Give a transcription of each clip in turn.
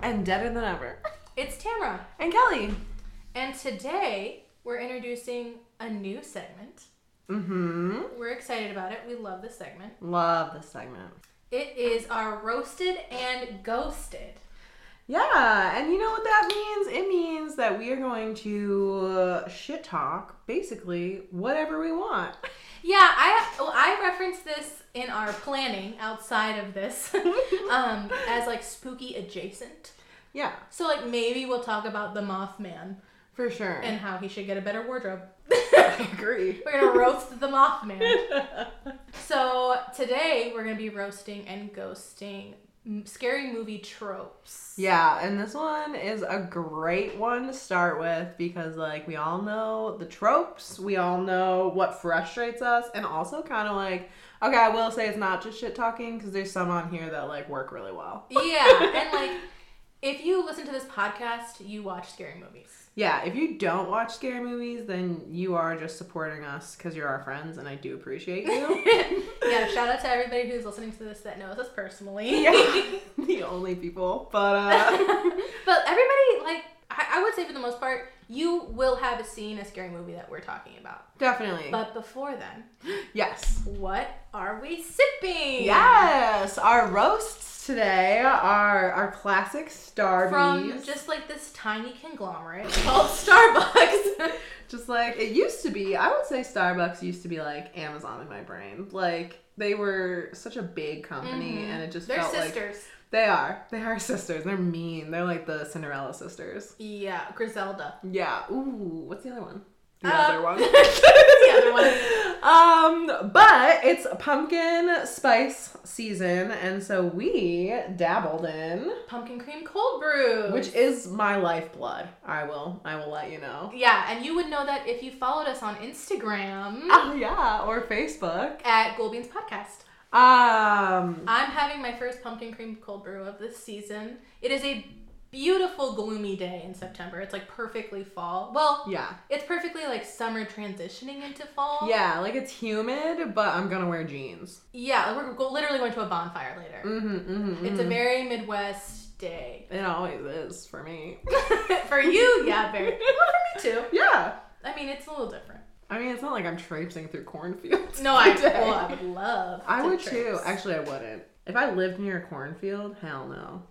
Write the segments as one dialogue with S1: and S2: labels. S1: and deader than ever.
S2: It's Tamara.
S1: And Kelly.
S2: And today we're introducing a new segment.
S1: Mm-hmm.
S2: We're excited about it. We love this segment.
S1: Love this segment.
S2: It is our roasted and ghosted.
S1: Yeah, and you know what that means? It means that we are going to uh, shit talk basically whatever we want.
S2: Yeah, I well, I referenced this in our planning outside of this um, as like spooky adjacent.
S1: Yeah,
S2: So like maybe we'll talk about the Mothman
S1: for sure.
S2: and how he should get a better wardrobe.
S1: I agree.
S2: we're gonna roast the Mothman. So today we're gonna be roasting and ghosting m- scary movie tropes.
S1: yeah, and this one is a great one to start with because like we all know the tropes, we all know what frustrates us and also kind of like okay, I will say it's not just shit talking because there's some on here that like work really well.
S2: Yeah, and like if you listen to this podcast, you watch scary movies.
S1: Yeah, if you don't watch scary movies, then you are just supporting us because you're our friends, and I do appreciate you.
S2: yeah, shout out to everybody who's listening to this that knows us personally.
S1: Yeah. the only people, but uh,
S2: but everybody, like, I, I would say for the most part, you will have seen a scary movie that we're talking about.
S1: definitely
S2: But before then,
S1: yes,
S2: what are we sipping?
S1: yes. Our roasts today are our classic Starbies,
S2: From just like this tiny conglomerate called Starbucks.
S1: just like it used to be. I would say Starbucks used to be like Amazon in my brain, like they were such a big company,
S2: Mhm.
S1: and it just
S2: They're
S1: felt like
S2: sisters.
S1: they are. They are sisters. They're mean. They're like the Cinderella sisters.
S2: Yeah, Griselda.
S1: Yeah. Ooh, what's the other one? The
S2: Uh,
S1: other one.
S2: the other one.
S1: Um, but it's pumpkin spice season, and so we dabbled in,
S2: Pumpkin cream cold brew.
S1: which is my lifeblood. I will, I will let you know.
S2: Yeah, and you would know that if you followed us on Instagram
S1: Oh yeah, or Facebook.
S2: at Gold Beans Podcast.
S1: Um,
S2: I'm having my first pumpkin cream cold brew of this season. It is a beautiful, gloomy day in September. It's like perfectly fall. Well,
S1: yeah,
S2: it's perfectly like summer transitioning into fall.
S1: yeah, like it's humid, but I'm gonna wear jeans.
S2: Yeah, we're go- literally going to a bonfire later.
S1: Mm-hmm,
S2: It's a very Midwest day.
S1: it always is for me.
S2: For you, yeah, very. Well, for me too.
S1: yeah,
S2: I mean, it's a little different.
S1: I mean it's not like I'm traipsing through cornfields.
S2: No, I,
S1: today.
S2: well, I would love.
S1: I
S2: to
S1: would
S2: trips.
S1: too. Actually, I wouldn't. If I lived near a cornfield, hell no.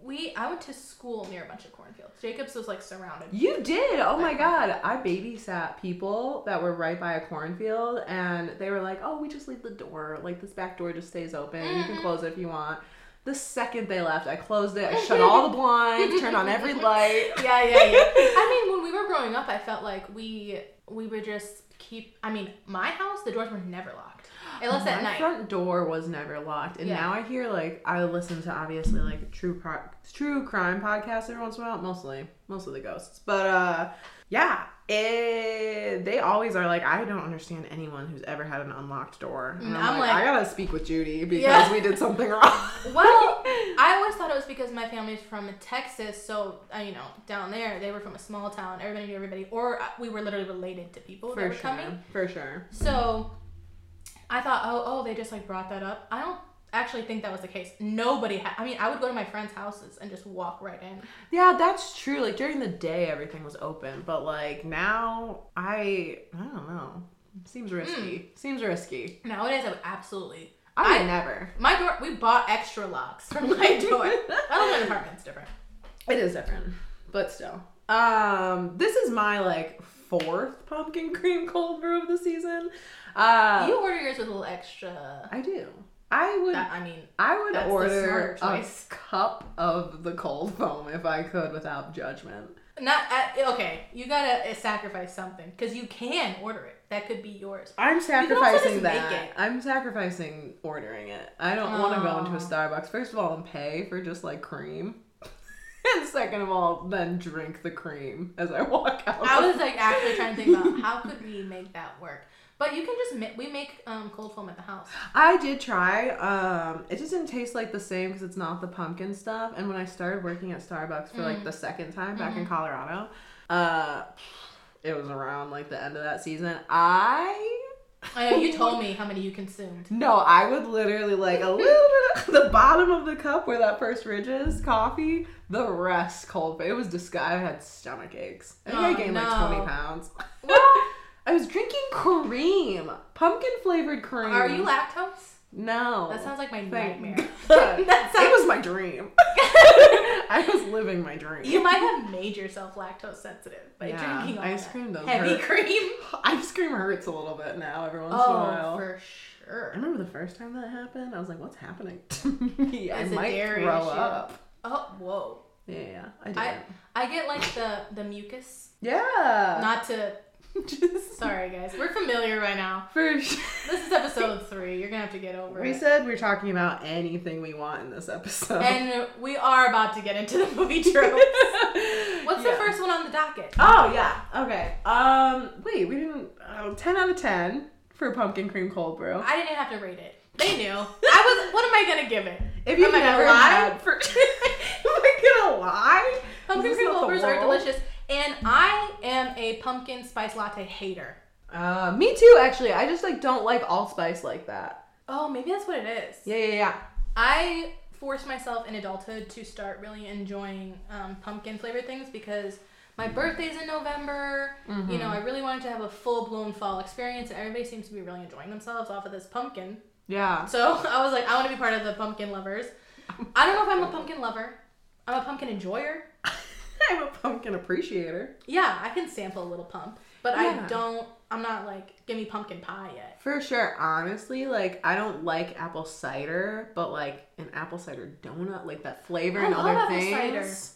S2: We I went to school near a bunch of cornfields. Jacobs was like surrounded.
S1: You did. Oh my god. I babysat people that were right by a cornfield and they were like, "Oh, we just leave the door. Like this back door just stays open. You can close it if you want." The second they left, I closed it. I shut all the blinds, turned on every light.
S2: Yeah, yeah, yeah. I mean, when we were growing up, I felt like we we would just keep. I mean, my house the doors were never locked unless at
S1: My
S2: night.
S1: front door was never locked, and
S2: Yeah.
S1: now I hear like I listen to obviously like true pro- true crime podcasts every once in a while, mostly mostly the ghosts, but uh, yeah, it, they always are like I don't understand anyone who's ever had an unlocked door. And I'm,
S2: Mm, I'm
S1: like,
S2: like-
S1: I gotta speak with Judy because
S2: Yeah.
S1: we did something wrong.
S2: Well, I always thought it was because my family's from Texas, so uh, you know, down there they were from a small town. Everybody knew everybody, or uh, we were literally related to people that
S1: for
S2: were
S1: sure,
S2: coming.
S1: for sure.
S2: So I thought, oh, oh, they just like brought that up. I don't actually think that was the case. Nobody had. I mean, I would go to my friends' houses and just walk right in.
S1: Yeah, that's true. Like during the day, everything was open, but like now, I I don't know. Seems
S2: Hmm.
S1: risky. Seems risky.
S2: Nowadays, I would absolutely.
S1: I would never.
S2: My door. We bought extra locks for my door. I don't know. Apartment's different.
S1: It is different, but still. Um, this is my like fourth pumpkin cream cold brew of the season. Uh,
S2: You order yours with a little extra.
S1: I do. I would.
S2: That, I mean,
S1: I would
S2: that's the
S1: order
S2: smarter
S1: a
S2: choice.
S1: cup of the cold foam if I could without judgment.
S2: not uh, okay. You gotta uh, sacrifice something because you can order it. That could be yours.
S1: I'm
S2: can also just
S1: sacrificing
S2: make
S1: that.
S2: it.
S1: I'm sacrificing ordering it. I don't want to go into a
S2: Oh.
S1: Starbucks first of all and pay for just like cream, and second of all, then drink the cream as I walk out.
S2: I was like actually trying to think about how could we make that work. But you can just ma- we make um, cold foam at the house.
S1: I did try. Um, it just didn't taste like the same because it's not the pumpkin stuff. And when I started working at Starbucks for
S2: Mm.
S1: like the second time back
S2: Mm-hmm.
S1: in Colorado, uh, it was around like the end of that season. I
S2: I know you told me how many you consumed.
S1: No, I would literally like a little bit of the bottom of the cup where that first ridge is coffee, the rest cold. But it was disgusting. I had stomach aches. I think I
S2: Oh,
S1: gained
S2: no.
S1: like 20 pounds.
S2: Well,
S1: I was drinking cream, pumpkin flavored cream.
S2: are you lactose?
S1: No.
S2: That sounds like my
S1: Thank
S2: nightmare.
S1: God.
S2: that
S1: it
S2: sounds.
S1: was my dream. I was living my dream.
S2: You might have made yourself lactose sensitive by
S1: Yeah,
S2: drinking all
S1: ice
S2: that
S1: cream does
S2: heavy
S1: hurt.
S2: cream.
S1: Ice cream hurts a little bit now every once in a
S2: Oh,
S1: while.
S2: for
S1: I
S2: sure.
S1: remember the first time that happened. I was like, "What's happening to me? I
S2: It's a
S1: might
S2: dairy
S1: throw
S2: issue.
S1: up."
S2: Oh, whoa.
S1: Yeah, I did.
S2: I I get like the the mucus.
S1: yeah,
S2: Not to.
S1: just
S2: Sorry, guys. We're familiar right now.
S1: first.
S2: This is episode three. You're gonna have to get over
S1: We
S2: it.
S1: said we're talking about anything we want in this episode.
S2: And we are about to get into the movie tropes. What's the
S1: Yeah.
S2: first one on the docket?
S1: Oh yeah. Okay. Um. Wait. We didn't. Oh, ten out of ten for pumpkin cream cold brew.
S2: I didn't even have to rate it. They knew. I was. What am I gonna give it?
S1: If you've
S2: Am I gonna
S1: never
S2: lie?
S1: had, for, am I gonna lie?
S2: Pumpkin
S1: Is this
S2: cream
S1: not the
S2: loafers are
S1: world?
S2: delicious, and I am a pumpkin spice latte hater.
S1: Uh, me too. Actually, I just like don't like allspice like that.
S2: Oh, maybe that's what it is.
S1: Yeah, yeah, yeah.
S2: I forced myself in adulthood to start really enjoying um, pumpkin flavored things because my birthday's in November. You know, I really wanted to have a full blown fall experience, and everybody seems to be really enjoying themselves off of this pumpkin.
S1: Yeah.
S2: So I was like, I want to be part of the pumpkin lovers. I don't know if I'm a pumpkin lover. I'm a pumpkin enjoyer.
S1: I'm a pumpkin appreciator.
S2: Yeah, I can sample a little pump, but I
S1: Yeah.
S2: don't. I'm not like give me pumpkin pie yet.
S1: For sure. Honestly, like I don't like apple cider, but like an apple cider donut, like that flavor
S2: I
S1: and
S2: love
S1: other
S2: apple
S1: things.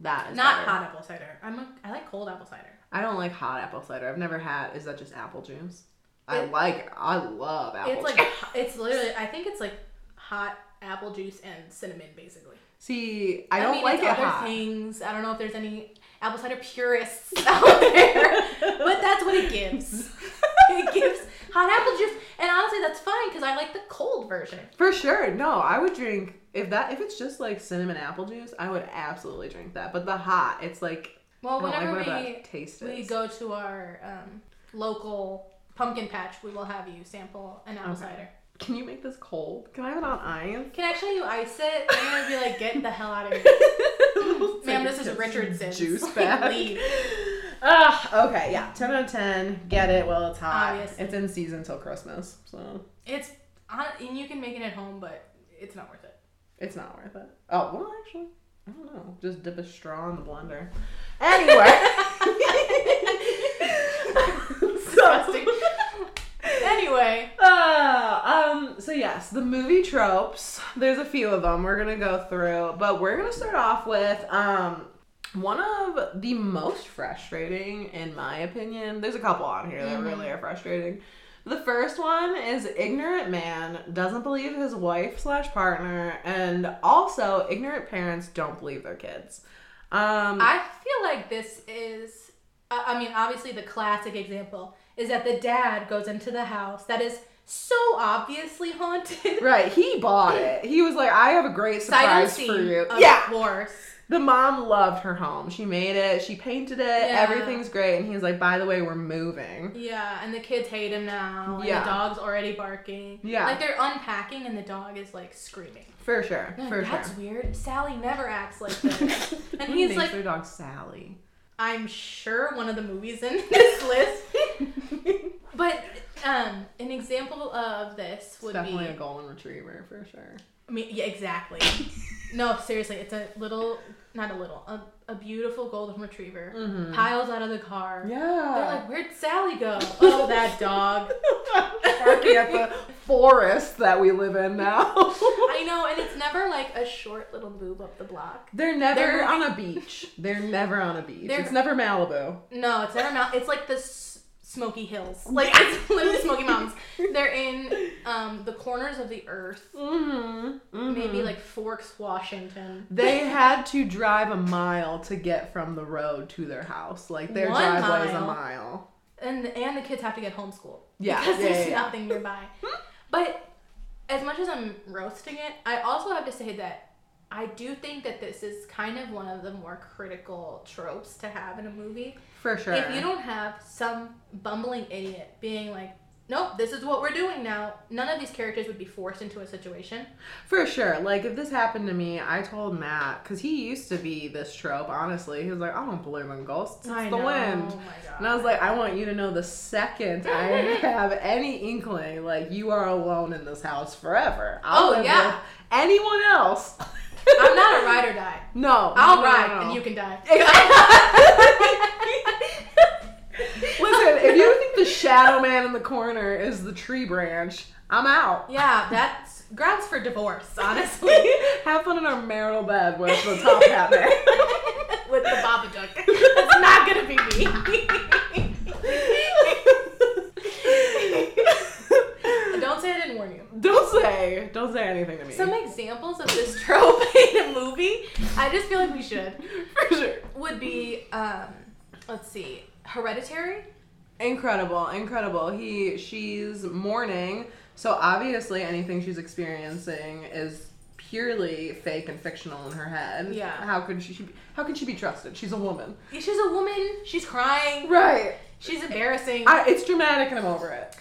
S1: That is
S2: Not
S1: better.
S2: hot apple cider. I'm a, I like cold apple cider.
S1: I don't like hot apple cider. I've never had. Is that just apple juice? I
S2: It-
S1: like. I love apple.
S2: It's like
S1: juice.
S2: it's literally. I think it's like hot apple juice and cinnamon, basically.
S1: See, I don't like
S2: it's
S1: it
S2: other
S1: hot.
S2: things. I don't know if there's any apple cider purists out there, but that's what it gives. it gives hot apple juice, and honestly, that's fine because I like the cold version.
S1: For sure. No, I would drink if that if it's just like cinnamon apple juice. I would absolutely drink that. But the hot, it's like
S2: Well,
S1: I don't
S2: whenever
S1: like what
S2: we
S1: that taste
S2: we
S1: is.
S2: go to our um, local pumpkin patch, we will have you sample an apple
S1: Okay.
S2: cider.
S1: Can you make this cold? Can I have it on iron?
S2: Can actually you ice it? I'm gonna be like, get the hell out of here. Ma'am, this is Richardson's.
S1: Juice
S2: Like,
S1: bag.
S2: leave.
S1: Ah, okay, yeah. 10 out of 10. Get it while it's hot.
S2: Obviously.
S1: It's in season till Christmas, so
S2: It's on, and you can make it at home, but it's not worth it.
S1: it's not worth it. Oh, well, actually, I don't know. Just dip a straw in the blender. Anyway.
S2: Disgusting.
S1: so,
S2: anyway,
S1: uh, um, so, yes, the movie tropes. There's a few of them we're going to go through, but we're going to start off with. um. One of the most frustrating, in my opinion, there's a couple on here that really
S2: Mm-hmm.
S1: are frustrating. The first one is ignorant man doesn't believe his wife slash partner, and also ignorant parents don't believe their kids. Um,
S2: I feel like this is. I I mean, obviously, the classic example is that the dad goes into the house that is so obviously haunted.
S1: right, he bought it. He was like, "I have a great
S2: Sight
S1: surprise for
S2: unseen,
S1: you."
S2: of
S1: yeah,
S2: course.
S1: the mom loved her home. She made it. She painted it.
S2: Yeah.
S1: Everything's great. And he's like, "By the way, we're moving."
S2: Yeah, and the kids hate him now. And
S1: Yeah.
S2: the dog's already barking.
S1: Yeah.
S2: Like they're unpacking and the dog is like screaming.
S1: For sure.
S2: Like,
S1: For
S2: That's
S1: sure.
S2: weird. Sally never acts like this. And
S1: Who
S2: he's
S1: names
S2: like-
S1: their dog Sally.
S2: I'm sure one of the movies in this list. But um, an example of this
S1: It's
S2: would
S1: definitely
S2: be
S1: a golden retriever for sure.
S2: I mean, yeah, exactly. no, seriously, it's a little, not a little, a, a beautiful golden retriever piles out of the car. They're
S1: Mm-hmm. Yeah.
S2: like, where'd Sally go? Oh, that dog.
S1: barking at the forest that we live in now.
S2: I know, and it's never like a short little boob up the block.
S1: They're never
S2: They're-
S1: on a beach. They're never on a beach.
S2: They're-
S1: It's never Malibu.
S2: No, it's never Mount. It's like the s- Smoky Hills. Like it's literally Smoky Mountains. They're in um, the corners of the earth.
S1: Mm-hmm.
S2: Maybe like Forks, Washington.
S1: they had to drive a mile to get from the road to their house. Like their
S2: One
S1: driveway is a
S2: mile.
S1: mile.
S2: and and the kids have to get homeschooled.
S1: Yeah,
S2: because
S1: yeah,
S2: there's
S1: yeah, Hmm? yeah.
S2: nothing nearby. but as much as I'm roasting it, I also have to say that I do think that this is kind of one of the more critical tropes to have in a movie.
S1: For sure.
S2: If you don't have some bumbling idiot being like, nope, this is what we're doing now. None of these characters would be forced into a situation.
S1: For sure. Like, if this happened to me, I told Matt, because he used to be this trope, honestly. He was like, I don't believe in ghosts. It's
S2: I
S1: the
S2: know,
S1: wind.
S2: oh my God.
S1: And I was like, I want you to know the second I have any inkling, like, you are alone in this house forever. I'll
S2: Oh,
S1: live
S2: yeah.
S1: with anyone else.
S2: I'm not a ride or die.
S1: No.
S2: I'll
S1: no, no,
S2: ride
S1: Oh, no.
S2: and you can die.
S1: Listen, if you think the shadow man in the corner is the tree branch, I'm out.
S2: yeah, that's grounds for divorce, honestly.
S1: Have fun in our marital bed with the top hat man.
S2: With the Babadook. It's not gonna be me. Don't say I didn't warn you.
S1: don't say, don't say anything to me.
S2: Some examples of this trope in a movie, I just feel like we should,
S1: For sure.
S2: would be, um, let's see, Hereditary.
S1: Incredible, incredible. He, she's mourning, so obviously anything she's experiencing is purely fake and fictional in her head.
S2: Yeah.
S1: How could she? How could she be trusted? She's a woman.
S2: She's a woman, she's crying,
S1: Right.
S2: she's embarrassing.
S1: I, it's dramatic, and I'm over it.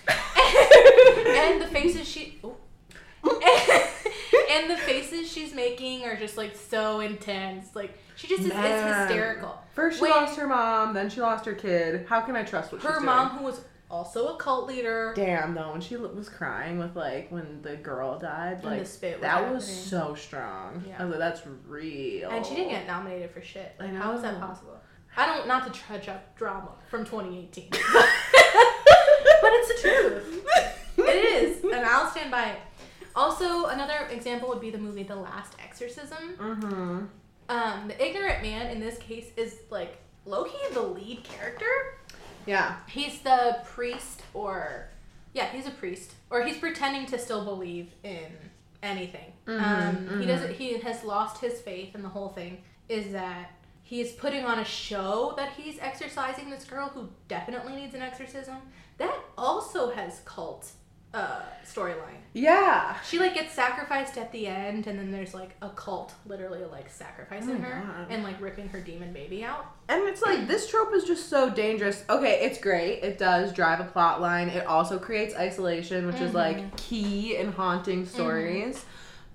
S2: and the faces she ooh. and the faces she's making are just like so intense. Like she just is it's
S1: Man.
S2: hysterical.
S1: First she
S2: When-
S1: lost her mom, then she lost her kid. How can I trust what she's
S2: Her
S1: doing?
S2: mom, who was also a cult leader,
S1: Damn though, when she l- was crying with like when the girl died,
S2: the
S1: like
S2: spit was
S1: that was
S2: happening.
S1: so strong.
S2: Yeah.
S1: I was like, that's real.
S2: and she didn't get nominated for shit. Like
S1: I
S2: how is that
S1: know.
S2: possible? I don't not to trudge up drama from 2018, but it's the truth. It is, and I'll stand by it. Also, another example would be the movie The Last Exorcism.
S1: Mm-hmm.
S2: Um, the ignorant man in this case is like Loki, the lead character.
S1: Yeah.
S2: He's the priest, or yeah, he's a priest, or he's pretending to still believe in anything.
S1: Mm-hmm,
S2: um, He doesn't. He has lost his faith, and the whole thing is that he is putting on a show that he's exorcising this girl who definitely needs an exorcism. That also has cult uh, storyline.
S1: Yeah.
S2: She like gets sacrificed at the end, and then there's like a cult literally like sacrificing
S1: Oh my
S2: her
S1: God.
S2: and like ripping her demon baby out.
S1: And it's like this trope is just so dangerous. Okay, it's great. It does drive a plot line. It also creates isolation, which is like key in haunting stories.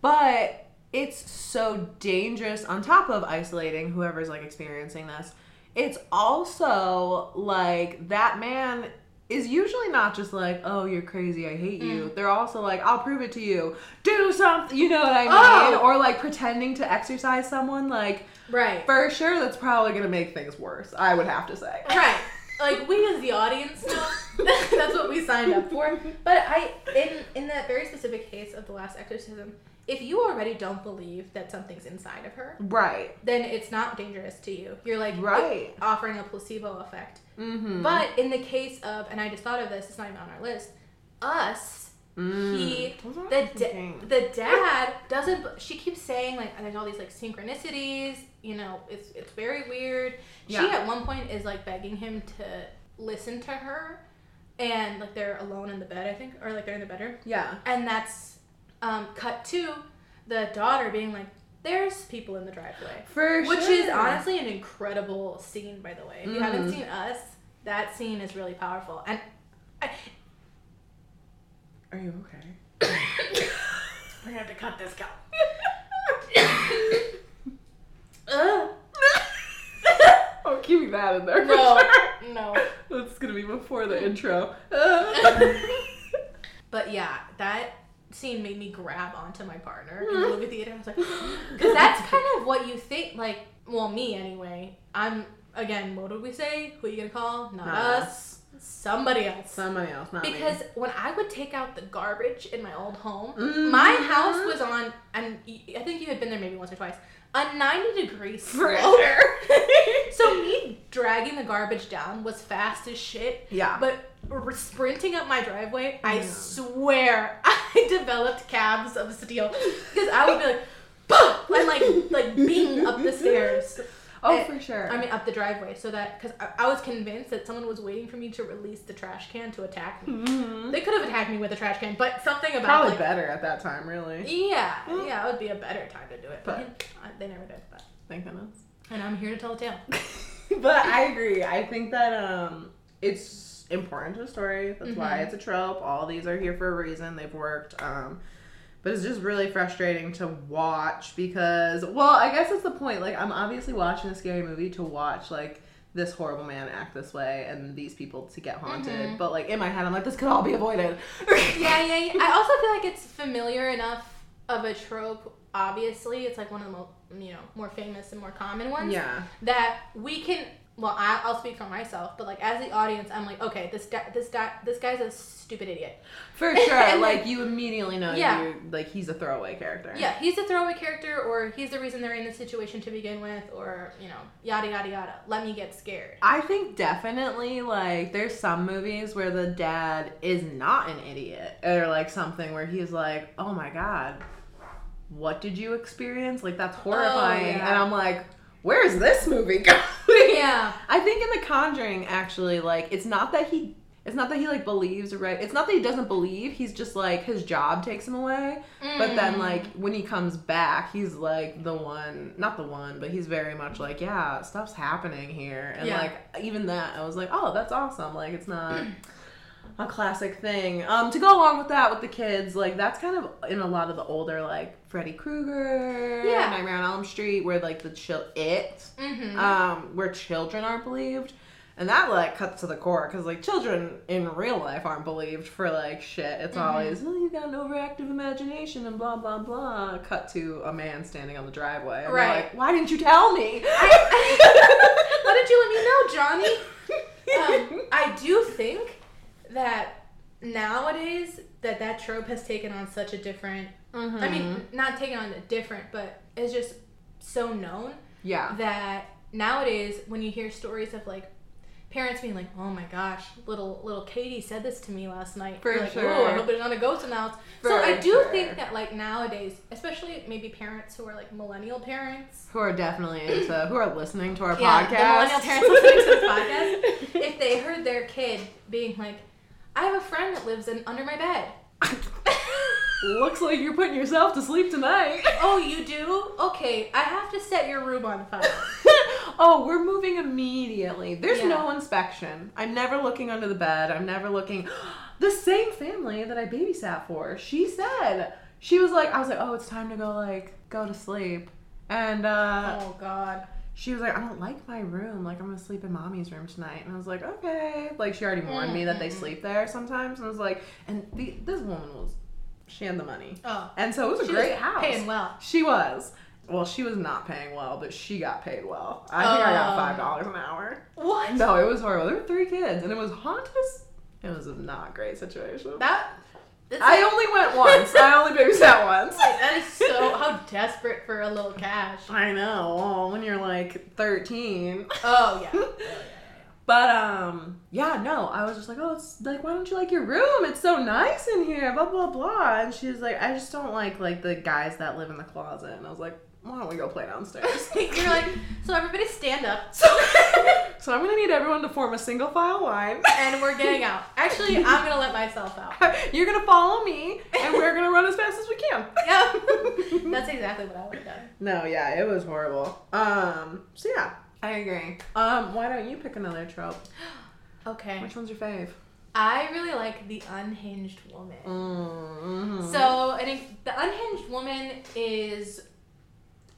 S1: But it's so dangerous on top of isolating whoever's like experiencing this. It's also like that man is usually not just like, "Oh, you're crazy. I hate you." They're also like, "I'll prove it to you. Do something." You know what I mean?
S2: Oh!
S1: Or like pretending to exercise someone like
S2: Right.
S1: for sure, that's probably gonna make things worse. I would have to say.
S2: Right. Like we as the audience know that's what we signed up for. But I in in that very specific case of the last exorcism, if you already don't believe that something's inside of her,
S1: Right.
S2: then it's not dangerous to you. You're like
S1: Right.
S2: offering a placebo effect.
S1: Mm-hmm.
S2: But in the case of and I just thought of this, it's not even on our list, us
S1: Mm-hmm.
S2: he
S1: Those aren't
S2: the
S1: the
S2: da-
S1: same.
S2: the dad doesn't b- she keeps saying like there's all these like synchronicities you know it's it's very weird she
S1: Yeah.
S2: at one point is like begging him to listen to her and like they're alone in the bed i think or like they're in the bedroom
S1: yeah.
S2: and that's um cut to the daughter being like there's people in the driveway
S1: For
S2: which
S1: sure.
S2: is honestly an incredible scene by the way if you haven't
S1: Mhm.
S2: seen us that scene is really powerful and I,
S1: Are you okay?
S2: We're gonna have to cut this out. Ugh.
S1: Oh, keeping that in there. for
S2: No,
S1: sure.
S2: no.
S1: That's gonna be before the intro.
S2: But yeah, that scene made me grab onto my partner in the movie theater. I was like, because that's kind of what you think. Like, well, me anyway. I'm again. What did we say? Who are you gonna call? Not,
S1: Not
S2: us. Somebody else.
S1: Somebody else, not me.
S2: Because when I would take out the garbage in my old home,
S1: Mm-hmm.
S2: my house was on, and y- I think you had been there maybe once or twice, a 90 degree
S1: For
S2: slope.
S1: sure.
S2: so me dragging the garbage down was fast as shit.
S1: Yeah.
S2: But r- sprinting up my driveway, I
S1: Yeah.
S2: swear I developed calves of steel because I would be like, bah! and like like being up the stairs.
S1: oh,
S2: I-
S1: for sure.
S2: I mean, up the driveway, so that because I, I was convinced that someone was waiting for me to release the trash can to attack me.
S1: Mhm.
S2: They could have attacked me with a trash can, but something about
S1: probably
S2: like,
S1: better at that time, really.
S2: yeah, yeah, it would be a better time to do it. But,
S1: Hmm. But-
S2: they never did that,
S1: Thank goodness.
S2: and I'm here to tell a tale.
S1: but I agree. I think that um, it's it's important to the story. That's why it's a trope. All these are here for a reason. They've worked. Um, but it's just really frustrating to watch because, well, I guess that's the point. Like, I'm obviously watching a scary movie to watch like this horrible man act this way and these people to get haunted. But like in my head, I'm like, this could all be avoided.
S2: yeah, yeah, yeah. I also feel like it's familiar enough of a trope. Obviously, it's like one of the mo- you know more famous and more common ones.
S1: Yeah.
S2: That we can. Well, I, I'll speak for myself, but like as the audience, I'm like, okay, this guy, this guy, this guy's a stupid idiot.
S1: For sure.
S2: And, like,
S1: like you immediately know
S2: yeah.
S1: you're like he's a throwaway character.
S2: Yeah, he's a throwaway character, or he's the reason they're in this situation to begin with, or you know, yada yada yada. Let me get scared.
S1: I think definitely like there's some movies where the dad is not an idiot or like something where he's like, "Oh my god, what did you experience? Like that's horrifying."
S2: Oh, yeah.
S1: And I'm like, "Where is this movie going?"
S2: Yeah.
S1: I think in The Conjuring actually like it's not that he it's not that he like believes right. It's not that he doesn't believe. He's just like his job takes him away.
S2: Mm-hmm.
S1: But
S2: Mm.
S1: then like when he comes back, he's like the one, not the one, but he's very much like, yeah, stuff's happening here. And
S2: Yeah.
S1: like even that, I was like, oh, that's awesome. Like it's not a classic thing. Um to go along with that with the kids, like that's kind of in a lot of the older like Freddy Krueger,
S2: Yeah.
S1: Nightmare on Elm Street where like the chill it
S2: Mm-hmm.
S1: um, where children aren't believed. And that like cuts to the core because like children in real life aren't believed for like shit. It's
S2: Mm-hmm.
S1: always oh you got an overactive imagination and blah blah blah. Cut to a man standing on the driveway. And right.
S2: Right.
S1: Like why didn't you tell me?
S2: Why didn't you let me know, Johnny? um, I do think that nowadays that that trope has taken on such a different. I mean,
S1: Mm-hmm.
S2: not taken on a different, but it's just so known
S1: yeah.
S2: that nowadays when you hear stories of like parents being like, "Oh my gosh, little little Katie said this to me last night,"
S1: For
S2: You're like,
S1: sure.
S2: "Whoa, I hope it's not a ghost in the house." so
S1: For
S2: I do
S1: sure.
S2: think that like nowadays, especially maybe parents who are like millennial parents,
S1: Who are definitely into who are listening to our
S2: Yeah,
S1: podcast?
S2: the millennial parents listening to this podcast, if they heard their kid being like, I have a friend that lives in under my bed.
S1: Looks like you're putting yourself to sleep tonight.
S2: oh, you do? Okay, I have to set your room on fire.
S1: oh, we're moving immediately. There's
S2: Yeah.
S1: no inspection. I'm never looking under the bed. I'm never looking. The same family that I babysat for, she said, she was like, I was like, oh, it's time to go, like, go to sleep. And uh,
S2: oh god.
S1: she was like, I don't like my room. Like, I'm gonna sleep in mommy's room tonight. And I was like, okay. Like, she already warned me that they
S2: Mm-hmm.
S1: sleep there sometimes. And I was like, and the, this woman was, she had the money.
S2: Oh.
S1: And so it was a
S2: She
S1: great
S2: was
S1: house.
S2: paying well.
S1: She was. Well, she was not paying well, but she got paid well. I think I got
S2: Oh.
S1: five dollars an hour.
S2: What?
S1: No, it was horrible. There were three kids, and it was haunted. as- It was a not great situation.
S2: That that's
S1: I only went once. I only babysat once.
S2: that is so how desperate for a little cash.
S1: I know. Well, when you're like thirteen.
S2: Oh yeah. Oh, yeah.
S1: But um, yeah, no, I was just like, oh, it's like, why don't you like your room? It's so nice in here, blah blah blah. And she was like, I just don't like like the guys that live in the closet. And I was like, why don't we go play downstairs?
S2: You're like, so everybody stand up
S1: So, so I'm gonna need everyone to form a single file line.
S2: and we're getting out. Actually, I'm gonna let myself out.
S1: You're gonna follow me, and we're gonna run as fast as we can.
S2: Yep. That's exactly what I would have done.
S1: No, yeah, it was horrible. Um, so yeah, I agree. Um, why don't you pick another trope?
S2: Okay.
S1: Which one's your fave?
S2: I really like the unhinged woman.
S1: Mm-hmm.
S2: So, and if the unhinged woman is,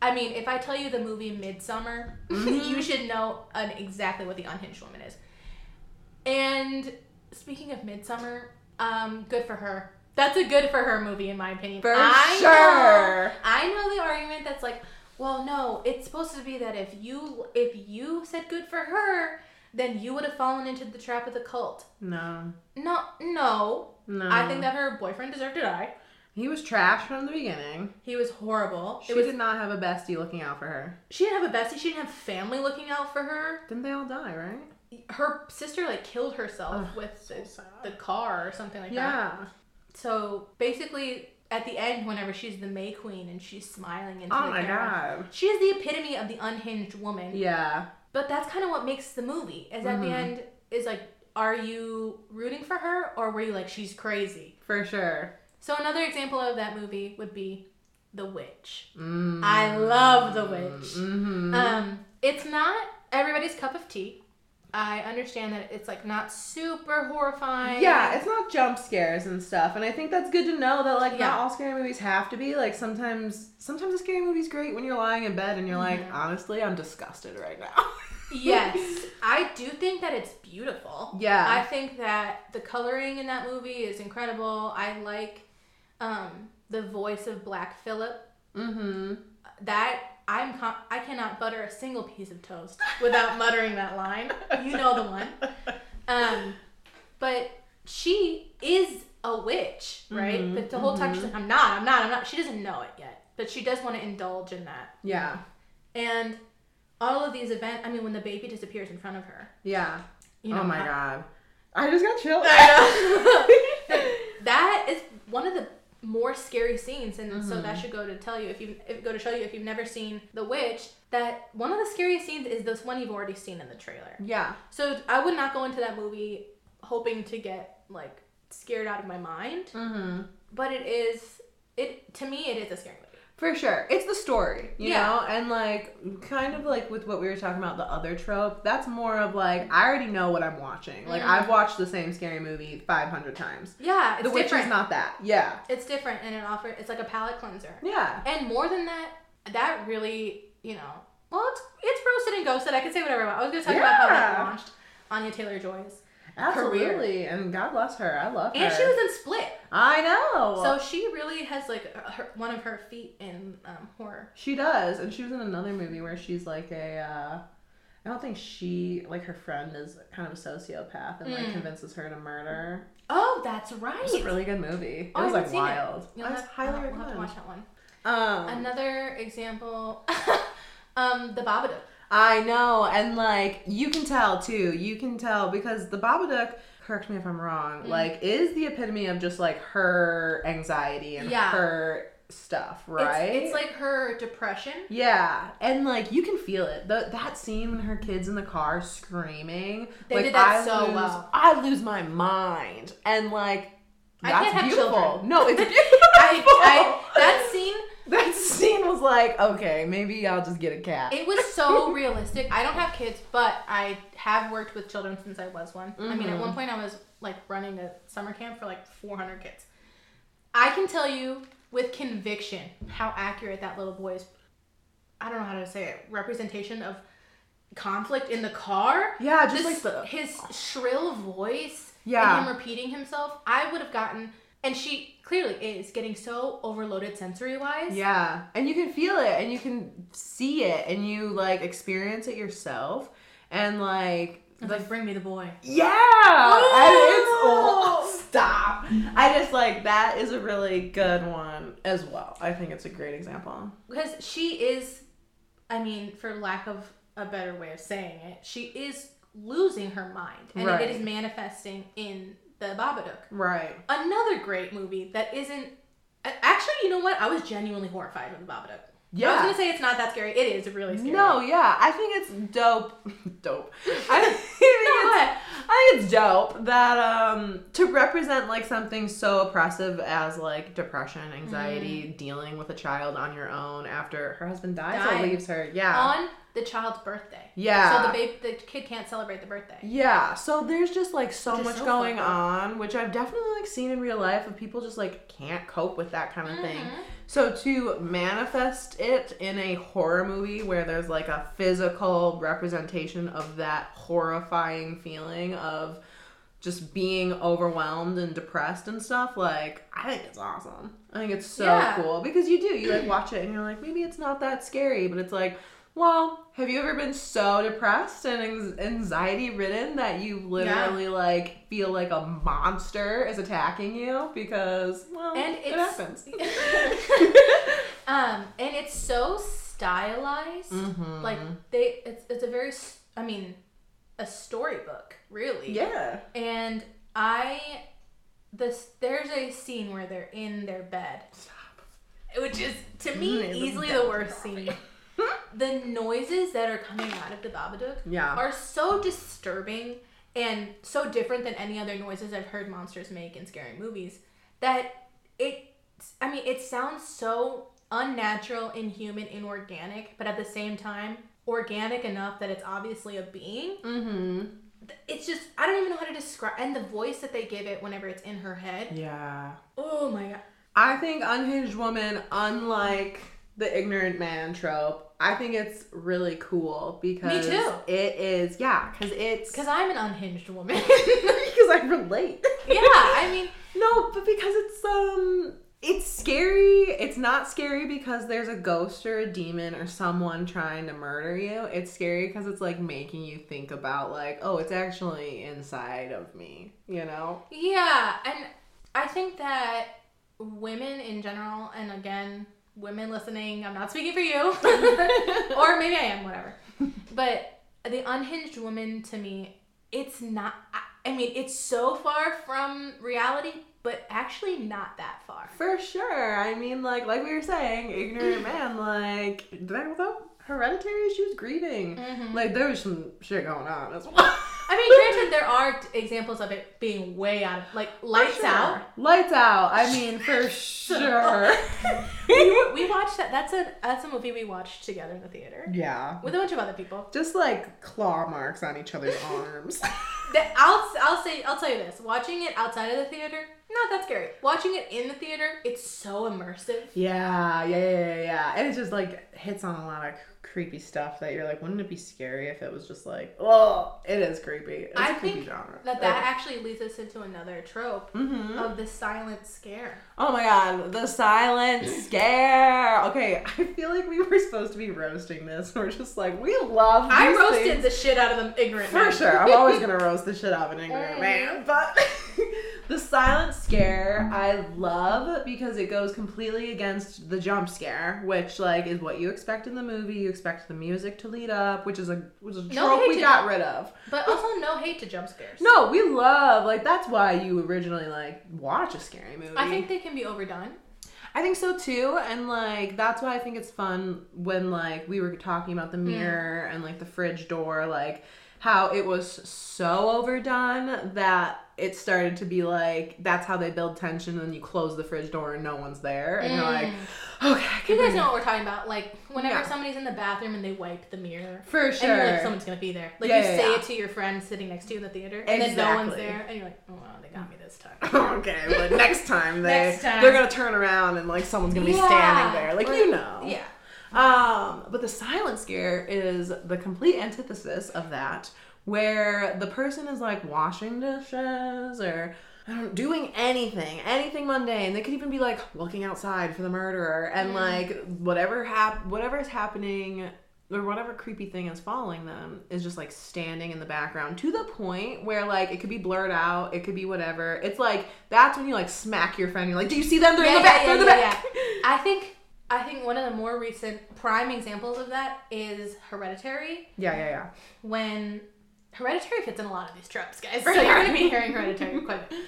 S2: I mean, if I tell you the movie Midsummer,
S1: Mhm.
S2: you should know an, exactly what the unhinged woman is. And speaking of Midsummer, um, good for her. That's a good for her movie, in my opinion.
S1: For
S2: I
S1: sure.
S2: Know, I know the argument that's like, well, no, it's supposed to be that if you if you said good for her, then you would have fallen into the trap of the cult.
S1: no,
S2: No, no.
S1: no.
S2: I think that her boyfriend deserved to die.
S1: he was trash from the beginning.
S2: He was horrible.
S1: She
S2: it was.
S1: did not have a bestie looking out for her.
S2: She didn't have a bestie. She didn't have family looking out for her.
S1: Didn't they all die? Right?
S2: Her sister like killed herself with the, the car or something like that.
S1: Yeah.
S2: So basically, at the end, whenever she's the May Queen and she's smiling into
S1: Oh
S2: the
S1: my
S2: camera,
S1: god.
S2: she is the epitome of the unhinged woman.
S1: Yeah. Mm-hmm.
S2: But that's kind of what makes the movie. Is at the end is like, are you rooting for her or were you like she's crazy?
S1: For sure.
S2: So another example of that movie would be The Witch.
S1: Mm.
S2: I love The Witch.
S1: Mm-hmm.
S2: Um, it's not everybody's cup of tea. I understand that it's like not super horrifying.
S1: Yeah, it's not jump scares and stuff, and I think that's good to know that like
S2: Yeah.
S1: not all scary movies have to be like sometimes sometimes a scary movie's great when you're lying in bed and you're
S2: Mm-hmm.
S1: like honestly I'm disgusted right now.
S2: yes, I do think that it's beautiful.
S1: Yeah.
S2: I think that the coloring in that movie is incredible. I like um, the voice of Black Phillip.
S1: mm-hmm.
S2: That I'm con- I cannot butter a single piece of toast without muttering that line. You know the one. Um, but she is a witch, right?
S1: Mhm,
S2: But the whole time she's like, "I'm not, I'm not, I'm not." She doesn't know it yet, but she does want to indulge in that.
S1: Yeah.
S2: And all of these events. I mean, when the baby disappears in front of her,
S1: Yeah.
S2: you know.
S1: oh my
S2: I-
S1: god. I just got chills.
S2: I know. that is one of the more scary scenes, and so
S1: Mm-hmm.
S2: that should go to tell you if you if, go to show you if you've never seen The Witch that one of the scariest scenes is this one you've already seen in the trailer.
S1: yeah.
S2: So I would not go into that movie hoping to get like scared out of my mind,
S1: Mm-hmm.
S2: but it is it to me it is a scary movie.
S1: For sure. It's the story, you
S2: Yeah.
S1: know? And like kind of like with what we were talking about the other trope, that's more of like I already know what I'm watching. Like
S2: Mm-hmm.
S1: I've watched the same scary movie 500 times.
S2: Yeah, it's
S1: the witch
S2: different.
S1: is not that. Yeah.
S2: it's different, and it offers it's like a palate cleanser.
S1: Yeah.
S2: And more than that, that really, you know, well, it's, it's roasted and ghosted. I can say whatever I want. I was going to talk about how that
S1: Yeah.
S2: launched Anya Taylor Joy's
S1: Absolutely.
S2: career.
S1: And God bless her. I love her.
S2: And she was in Split.
S1: I know.
S2: So she really has like her, one of her feet in um, horror.
S1: she does. And she was in another movie where she's like a uh I don't think she like her friend is kind of a sociopath and like
S2: Mm.
S1: convinces her to murder.
S2: Oh, that's
S1: It's a
S2: right.
S1: really good movie. It
S2: Oh, I haven't
S1: was like
S2: seen it.
S1: wild.
S2: You'll
S1: I
S2: have,
S1: was highly
S2: I'll have to
S1: recommend.
S2: watch that one.
S1: Um,
S2: Another example, um, The Babadook.
S1: I know, and like you can tell too. You can tell because the Babadook. Correct me if I'm wrong.
S2: Mm.
S1: Like, is the epitome of just like her anxiety and
S2: Yeah.
S1: her stuff,
S2: It's-
S1: right?
S2: It's, like her depression.
S1: yeah, and like you can feel it. The, that scene when her kids in the car screaming.
S2: They
S1: like,
S2: did that
S1: I
S2: so
S1: lose,
S2: well.
S1: I lose my mind, and like
S2: I
S1: that's
S2: can't have
S1: beautiful.
S2: children.
S1: No, it's beautiful.
S2: I, I, that scene
S1: that scene was like, okay, maybe I'll just get a cat.
S2: It was so realistic. I don't have kids, but I have worked with children since I was one. I mean, at
S1: Mm-hmm.
S2: one point I was like running a summer camp for like 400 kids. I can tell you with conviction how accurate that little boy's I don't know how to say it, representation of conflict in the car.
S1: Yeah, just like the-
S2: his shrill voice
S1: Yeah.
S2: and him repeating himself. I would have gotten and she clearly is getting so overloaded sensory wise.
S1: Yeah, and you can feel it, and you can see it, and you like experience it yourself, and like
S2: I was like, bring me the boy.
S1: yeah, and it's
S2: Oh!
S1: oh, stop. I just like that is a really good one as well. I think it's a great example.
S2: because she is i mean for lack of a better way of saying it she is losing her mind and
S1: Right.
S2: it is manifesting in the babadook
S1: Right.
S2: another great movie that isn't a- actually you know what i was genuinely horrified with the babadook i was
S1: Yeah.
S2: gonna say it's not that scary it is really scary
S1: No, yeah, I think it's dope. dope. I think,
S2: what?
S1: it's, I think it's dope that um to represent like something so oppressive as like depression, anxiety,
S2: Mm-hmm.
S1: dealing with a child on your own after her husband dies or
S2: Died.
S1: leaves her. Yeah.
S2: on the child's birthday
S1: Yeah.
S2: so the babe the kid can't celebrate the birthday
S1: yeah, so there's just like so
S2: Which is
S1: much
S2: so
S1: going
S2: fucked up.
S1: on, which I've definitely like seen in real life of people just like can't cope with that kind of thing.
S2: Mm-hmm.
S1: So to manifest it in a horror movie where there's like a physical representation of that horrifying feeling of just being overwhelmed and depressed and stuff, like I think it's awesome. I think it's so
S2: Yeah.
S1: cool because you do you like watch it and you're like maybe it's not that scary, but it's like well, have you ever been so depressed and anxiety ridden that you literally like feel like a monster is attacking you because well,
S2: and
S1: it
S2: it's
S1: happens.
S2: um and it's so stylized
S1: Mhm.
S2: like they it's, it's a very s- i mean a storybook really
S1: Yeah.
S2: and i this there's a scene where they're in their bed which is to me
S1: Mm, it's
S2: easily the
S1: definitely
S2: worst scene the noises that are coming out of the babadook
S1: Yeah.
S2: are so disturbing and so different than any other noises I've heard monsters make in scary movies that it I mean it sounds so unnatural, inhuman, inorganic, but at the same time organic enough that it's obviously a being.
S1: Mm-hmm.
S2: It's just I don't even know how to describe and the voice that they give it whenever it's in her head.
S1: Yeah.
S2: Oh my god.
S1: I think unhinged woman, unlike the ignorant man trope, I think it's really cool because
S2: too.
S1: it is yeah, because it's
S2: Cuz I'm an unhinged woman.
S1: because I relate.
S2: yeah, I mean,
S1: No, but because it's um it's scary. It's not scary because there's a ghost or a demon or someone trying to murder you. It's scary because it's like making you think about like, oh, it's actually inside of me, you know?
S2: yeah, and I think that women in general and again, women listening, I'm not speaking for you. or maybe I am, whatever. But the unhinged woman to me, it's not I- I mean, it's so far from reality, but actually not that far.
S1: For sure. I mean, like, like we were saying, ignorant man, like, that was all hereditary. She was grieving. Like, there was some shit going on as well.
S2: I mean, granted, there are t- examples of it being way out of like lights
S1: Sure.
S2: out.
S1: Lights out. I mean, for sure.
S2: we, we watched that. That's a that's a movie we watched together in the theater
S1: yeah.
S2: with a bunch of other people.
S1: Just like claw marks on each other's arms.
S2: That- I'll I'll say I'll tell you this: watching it outside of the theater, not that scary. Watching it in the theater, it's so immersive.
S1: yeah, yeah, yeah, yeah, yeah. And it just like hits on a lot of creepy stuff that you're like, wouldn't it be scary if it was just like, oh, it is creepy. It's
S2: I
S1: a creepy
S2: think
S1: genre.
S2: That that actually leads us into another trope
S1: hmm
S2: of the silent scare.
S1: Oh my god, the silent scare. Okay, I feel like we were supposed to be roasting this. We're just like, we love these
S2: I roasted
S1: things.
S2: the shit out of the ignorant.
S1: For
S2: man.
S1: sure. I'm always gonna roast the shit out of an ignorant man. But the silent scare I love because it goes completely against the jump scare, which like is what you expect in the movie. You expect the music to lead up, which is a which is a
S2: No
S1: trope
S2: hate
S1: we
S2: to-
S1: got rid of.
S2: But also, no hate to jump scares.
S1: No, we love like that's why you originally like watch a scary movie.
S2: I think they can be overdone.
S1: I think so too, and like that's why I think it's fun when like we were talking about
S2: Hmm.
S1: the mirror and like the fridge door, like how it was so overdone that it started to be like that's how they build tension. And then you close the fridge door and no one's there, and you're like, okay, I
S2: Hmm. You
S1: can
S2: guys
S1: breathe.
S2: know what we're talking about. Like whenever
S1: Yeah.
S2: somebody's in the bathroom and they wipe the mirror.
S1: for
S2: And you're
S1: sure.
S2: like, someone's gonna be there. Like
S1: Yeah,
S2: you
S1: yeah,
S2: say
S1: yeah.
S2: it to your friend sitting next to you in the theater, and then no one's
S1: Exactly.
S2: there, and you're like, oh wow, they got me this time.
S1: okay, but next time they
S2: Next time.
S1: they're gonna turn around and like someone's gonna be
S2: Yeah.
S1: standing there, like
S2: Or-
S1: you know,
S2: Yeah.
S1: Um, but the silent scare is the complete antithesis of that, where the person is like washing dishes or I don't, doing anything, anything mundane. They could even be like looking outside for the murderer,
S2: Mm.
S1: and like whatever hap- whatever is happening or whatever creepy thing is following them is just like standing in the background to the point where like it could be blurred out, it could be whatever. It's like that's when you like smack your friend. You're like, "Do you see them? They're in
S2: Yeah,
S1: the back.
S2: yeah,
S1: They're in the
S2: yeah,
S1: back."
S2: yeah. I think I think one of the more recent prime examples of that is Hereditary,
S1: Yeah, yeah, yeah.
S2: when Hereditary fits in a lot of these tropes, guys.
S1: For
S2: so you're
S1: sure.
S2: gonna be hearing Hereditary quite a bit.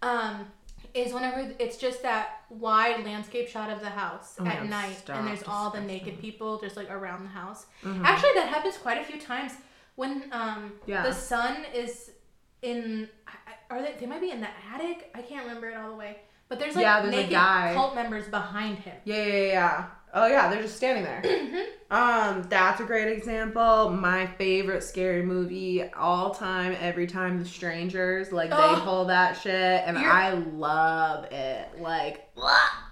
S2: Um, is whenever it's just that wide landscape shot of the house
S1: Oh my
S2: at
S1: God,
S2: night,
S1: stop.
S2: and there's all the
S1: Disgusting. Mm-hmm.
S2: naked people just like around the house. Actually, that happens quite a few times when um
S1: Yeah.
S2: the sun is in. I- I- Are they? They might be in the attic. I can't remember it all the way. But there's like
S1: Yeah, there's a
S2: naked
S1: guy.
S2: cult members behind him.
S1: Yeah, yeah, yeah. Oh yeah, they're just standing there.
S2: Mm-hmm.
S1: um, that's a great example. My favorite scary movie all time, every time, The Strangers. Like
S2: Oh.
S1: they pull that shit, and
S2: You're-
S1: I love it. Like,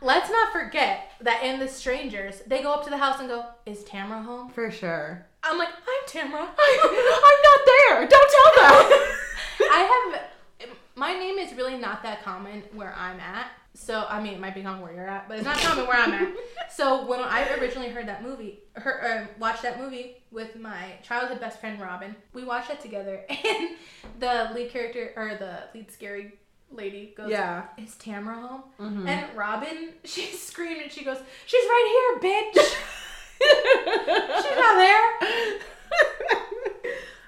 S2: Let's not forget that in The Strangers, they go up to the house and go, "Is Tamara home?"
S1: for sure.
S2: I'm like, I'm Tamara.
S1: I'm not there. Don't tell them.
S2: I have my name is really not that common where I'm at. So I mean, it might be common where you're at, but it's not common where I'm at. So when I originally heard that movie, her uh, watched that movie with my childhood best friend Robin, we watched that together, and the lead character or the lead scary lady goes,
S1: yeah.
S2: is Tamara home?" And Robin, she screamed and she goes, "She's right here, bitch! She's not there."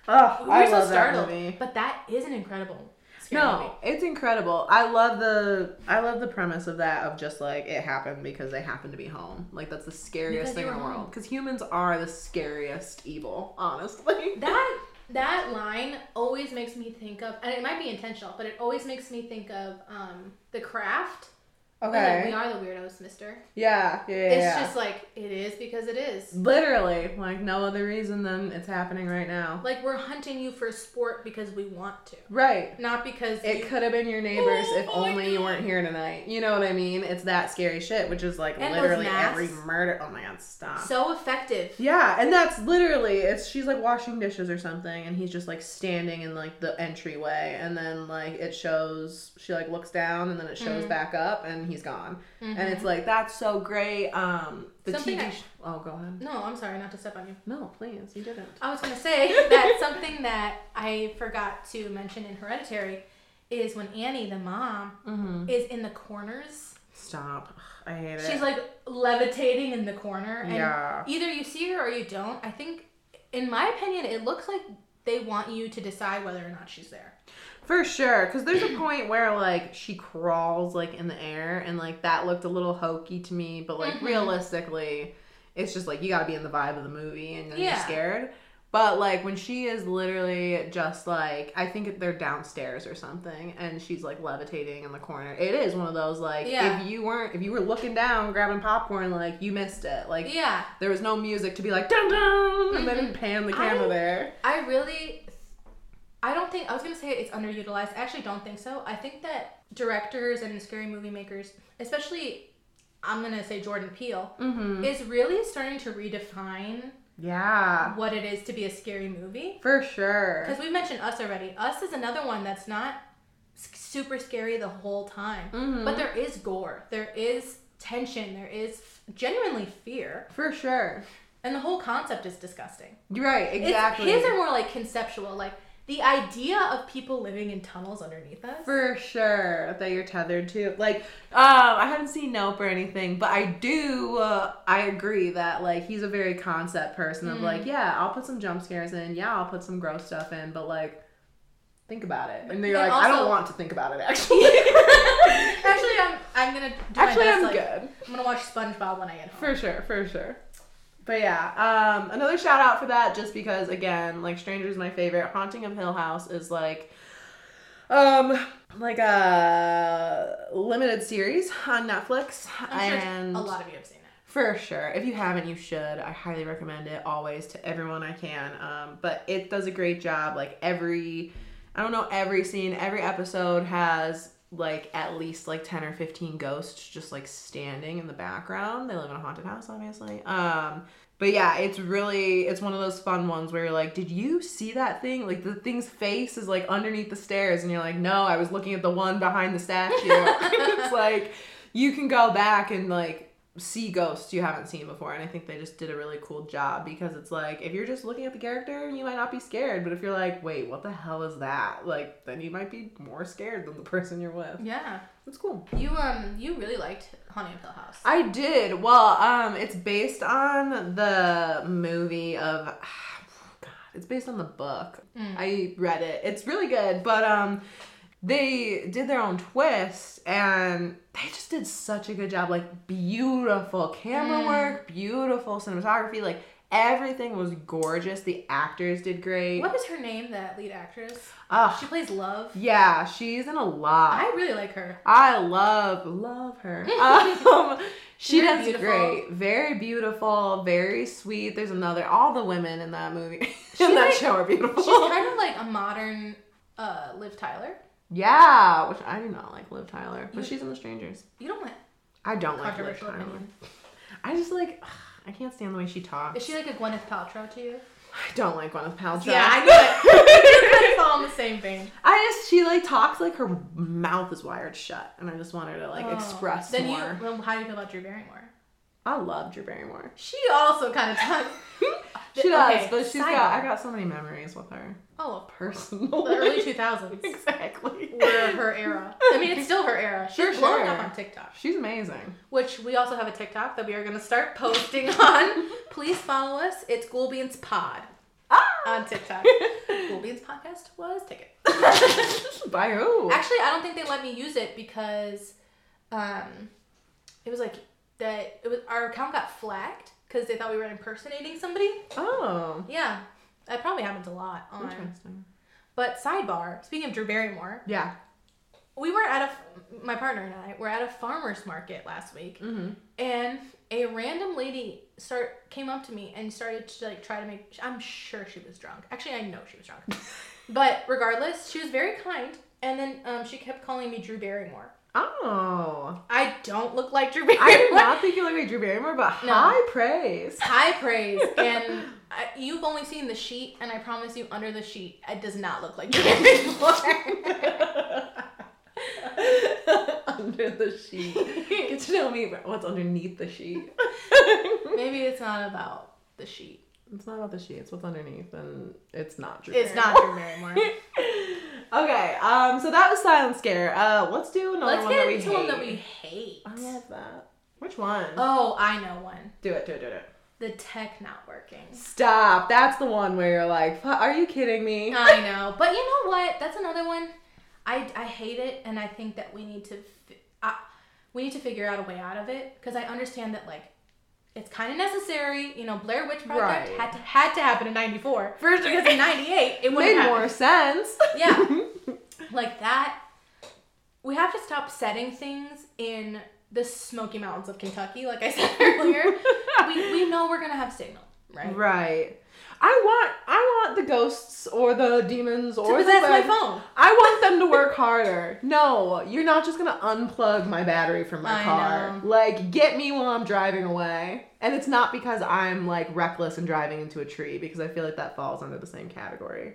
S1: oh,
S2: We were
S1: I
S2: so
S1: love that
S2: startled,
S1: movie.
S2: but that is an incredible. Scary movie.
S1: No, it's incredible. I love the I love the premise of that of just like it happened because they happened to be home. Like that's the
S2: Because
S1: scariest
S2: they
S1: thing in
S2: were
S1: the world.
S2: home.
S1: Because humans are the scariest evil, honestly.
S2: That that line always makes me think of, and it might be intentional, but it always makes me think of um, the craft We're like,
S1: Okay.
S2: we are the weirdos, mister.
S1: Yeah. Yeah. yeah,
S2: it's
S1: yeah.
S2: just like, it is because it is.
S1: literally like no other reason than it's happening right now.
S2: Like, we're hunting you for sport because we want to,
S1: Right.
S2: not because you-
S1: It could have been your neighbors if
S2: Oh my
S1: only you
S2: God.
S1: weren't here tonight. You know what I mean? It's that scary shit, which is like
S2: And those
S1: literally
S2: masks.
S1: every murder. Oh my god, stop.
S2: so effective.
S1: yeah, and that's literally it's she's like washing dishes or something and he's just like standing in like the entryway and then like it shows she like looks down and then it shows
S2: Mhm.
S1: back up and he's gone. And it's
S2: Mhm.
S1: like that's so great. Um the
S2: Something
S1: TV
S2: I-
S1: sh- Oh, go ahead.
S2: no, I'm sorry, not to step on you.
S1: No, please. You didn't.
S2: I was gonna say that something that I forgot to mention in Hereditary is when Annie, the mom,
S1: Mhm.
S2: is in the corners.
S1: Stop. Ugh, I hate it.
S2: She's like levitating in the corner, and
S1: Yeah.
S2: either you see her or you don't. I think, in my opinion, it looks like they want you to decide whether or not she's there.
S1: For sure, because there's a point where like she crawls like in the air, and like that looked a little hokey to me. But like
S2: Mhm.
S1: realistically, it's just like you got to be in the vibe of the movie, and then you're
S2: Yeah.
S1: scared. But like when she is literally just like I think they're downstairs or something, and she's like levitating in the corner. It is one of those like
S2: Yeah.
S1: if you weren't if you were looking down grabbing popcorn, like you missed it. Like
S2: Yeah, Mm-hmm.
S1: there was no music to be like dun dun, and then pan the camera
S2: I-
S1: there.
S2: I really, I don't think I was gonna say it's underutilized. I actually don't think so. I think that directors and scary movie makers, especially, I'm gonna say Jordan Peele,
S1: Mm-hmm.
S2: is really starting to redefine
S1: Yeah,
S2: what it is to be a scary movie.
S1: for sure.
S2: Because we mentioned Us already. Us is another one that's not s- super scary the whole time,
S1: Mhm.
S2: but there is gore, there is tension, there is genuinely fear,
S1: For sure.
S2: and the whole concept is disgusting.
S1: You're right,
S2: It's-
S1: exactly.
S2: his are more like conceptual, like the idea of people living in tunnels underneath us.
S1: for sure that you're tethered to. Like, um, I haven't seen Nope or anything, but I do. Uh, I agree that like he's a very concept person of like, yeah, I'll put some jump scares in, yeah, I'll put some gross stuff in, but like, think about it. And then you're
S2: And
S1: like, I don't
S2: also-
S1: want to think about it. Actually,
S2: Actually, I'm I'm gonna do
S1: actually,
S2: my best.
S1: I'm
S2: like,
S1: good.
S2: I'm gonna watch SpongeBob when I get home.
S1: For sure, for sure. But yeah, um, another shout out for that just because again, like Stranger is my favorite. Haunting of Hill House is like um like a limited series on Netflix.
S2: I'm sure
S1: and
S2: a lot of you have seen it.
S1: for sure. If you haven't, you should. I highly recommend it always to everyone I can. Um, but it does a great job. Like every, I don't know, every scene, every episode has like at least like 10 or 15 ghosts just like standing in the background. They live in a haunted house, obviously. Um, but yeah, it's really, it's one of those fun ones where you're like, did you see that thing? Like the thing's face is like underneath the stairs. And you're like, no, I was looking at the one behind the statue. it's like, you can go back and like see ghosts you haven't seen before and i think they just did a really cool job because it's like if you're just looking at the character you might not be scared but if you're like wait what the hell is that like then you might be more scared than the person you're with
S2: Yeah,
S1: it's cool
S2: you um you really liked Haunting of Hill House.
S1: i did well um it's based on the movie of god it's based on the book
S2: Mm.
S1: i read it it's really good but um they did their own twist and they just did such a good job like beautiful camera
S2: Mm.
S1: work beautiful cinematography like everything was gorgeous the actors did great
S2: what is her name? That lead actress.
S1: Ugh,
S2: She plays Love.
S1: yeah she's in a lot
S2: I really like her.
S1: i love love her um, she
S2: Very
S1: does
S2: beautiful.
S1: great very beautiful very sweet there's another all the women in that movie in that
S2: like-
S1: show are beautiful
S2: She's kind of like a modern uh Liv Tyler.
S1: yeah which i do not like liv tyler but
S2: You-
S1: she's in the strangers
S2: You don't like
S1: I don't like Liv
S2: Mm. controversial
S1: Tyler.
S2: opinion.
S1: I just like ugh, I can't stand the way she talks.
S2: Is she like a Gwyneth Paltrow to you?
S1: I don't like Gwyneth Paltrow.
S2: Yeah, I knew it. kind of fall in the same vein.
S1: I just she like talks like her mouth is wired shut, and I just want her to like
S2: Oh.
S1: express
S2: then
S1: more.
S2: you. Well, how do you feel about Drew Barrymore?
S1: I love Drew Barrymore.
S2: She also kind of talks.
S1: She does,
S2: okay,
S1: but she's
S2: side
S1: got I
S2: note.
S1: got so many memories with her.
S2: Oh, of
S1: Personal.
S2: the early 2000s
S1: exactly.
S2: were her era. I mean, it's still her era. She's
S1: Sure,
S2: blowing
S1: sure.
S2: up on TikTok,
S1: She's amazing.
S2: which we also have a TikTok that we are going to start posting on. Please follow us. It's Ghoul Beans Pod
S1: Ah!
S2: on TikTok. Ghoul Beans Podcast was ticket.
S1: By who?
S2: Actually, I don't think they let me use it because um, it was like that. It was our account got flagged because they thought we were impersonating somebody.
S1: Oh,
S2: Yeah, that probably happens a lot on.
S1: interesting.
S2: But sidebar. Speaking of Drew Barrymore,
S1: Yeah.
S2: we were at a my partner and I were at a farmers market last week,
S1: Mm-hmm.
S2: and a random lady start came up to me and started to like try to make. I'm sure she was drunk. Actually, I know she was drunk, but regardless, she was very kind. And then um, she kept calling me Drew Barrymore.
S1: Oh.
S2: I don't look like Drew Barrymore.
S1: I did not think you looked like Drew Barrymore, but
S2: No.
S1: high praise.
S2: high praise and I, you've only seen the sheet and i promise you under the sheet it does not look like you're
S1: Under the sheet. Get to know me about what's underneath the sheet.
S2: maybe it's not about the sheet
S1: It's not about the sheet, it's what's underneath, and it's not Drew
S2: it's not
S1: Barrymore.
S2: drew barrymore
S1: Okay, um, so that was Silent Scare. Uh, let's do another
S2: let's
S1: one
S2: get
S1: that we
S2: into
S1: hate.
S2: one that we hate
S1: I love that. Which one?
S2: oh i know one
S1: do it, do it, do it.
S2: the tech not working
S1: Stop. That's the one where you're like, "Fu- are you kidding me?
S2: i know but you know what that's another one i, I hate it and i think that we need to fi- I, we need to figure out a way out of it because i understand that like it's kind of necessary, you know. Blair Witch Project
S1: Right.
S2: had to had to happen in '94.
S1: First,
S2: because in 98 it wouldn't
S1: made
S2: happen.
S1: more sense.
S2: yeah like that we have to stop setting things in the smoky mountains of kentucky like i said earlier we, we know we're gonna have signal right,
S1: Right. I want I want the ghosts or the demons or
S2: possess
S1: the
S2: my
S1: web-
S2: phone.
S1: I want them to work harder. No, you're not just gonna unplug my battery from my
S2: I
S1: car.
S2: know.
S1: Like, get me while I'm driving away. And it's not because I'm like reckless and driving into a tree because I feel like that falls under the same category.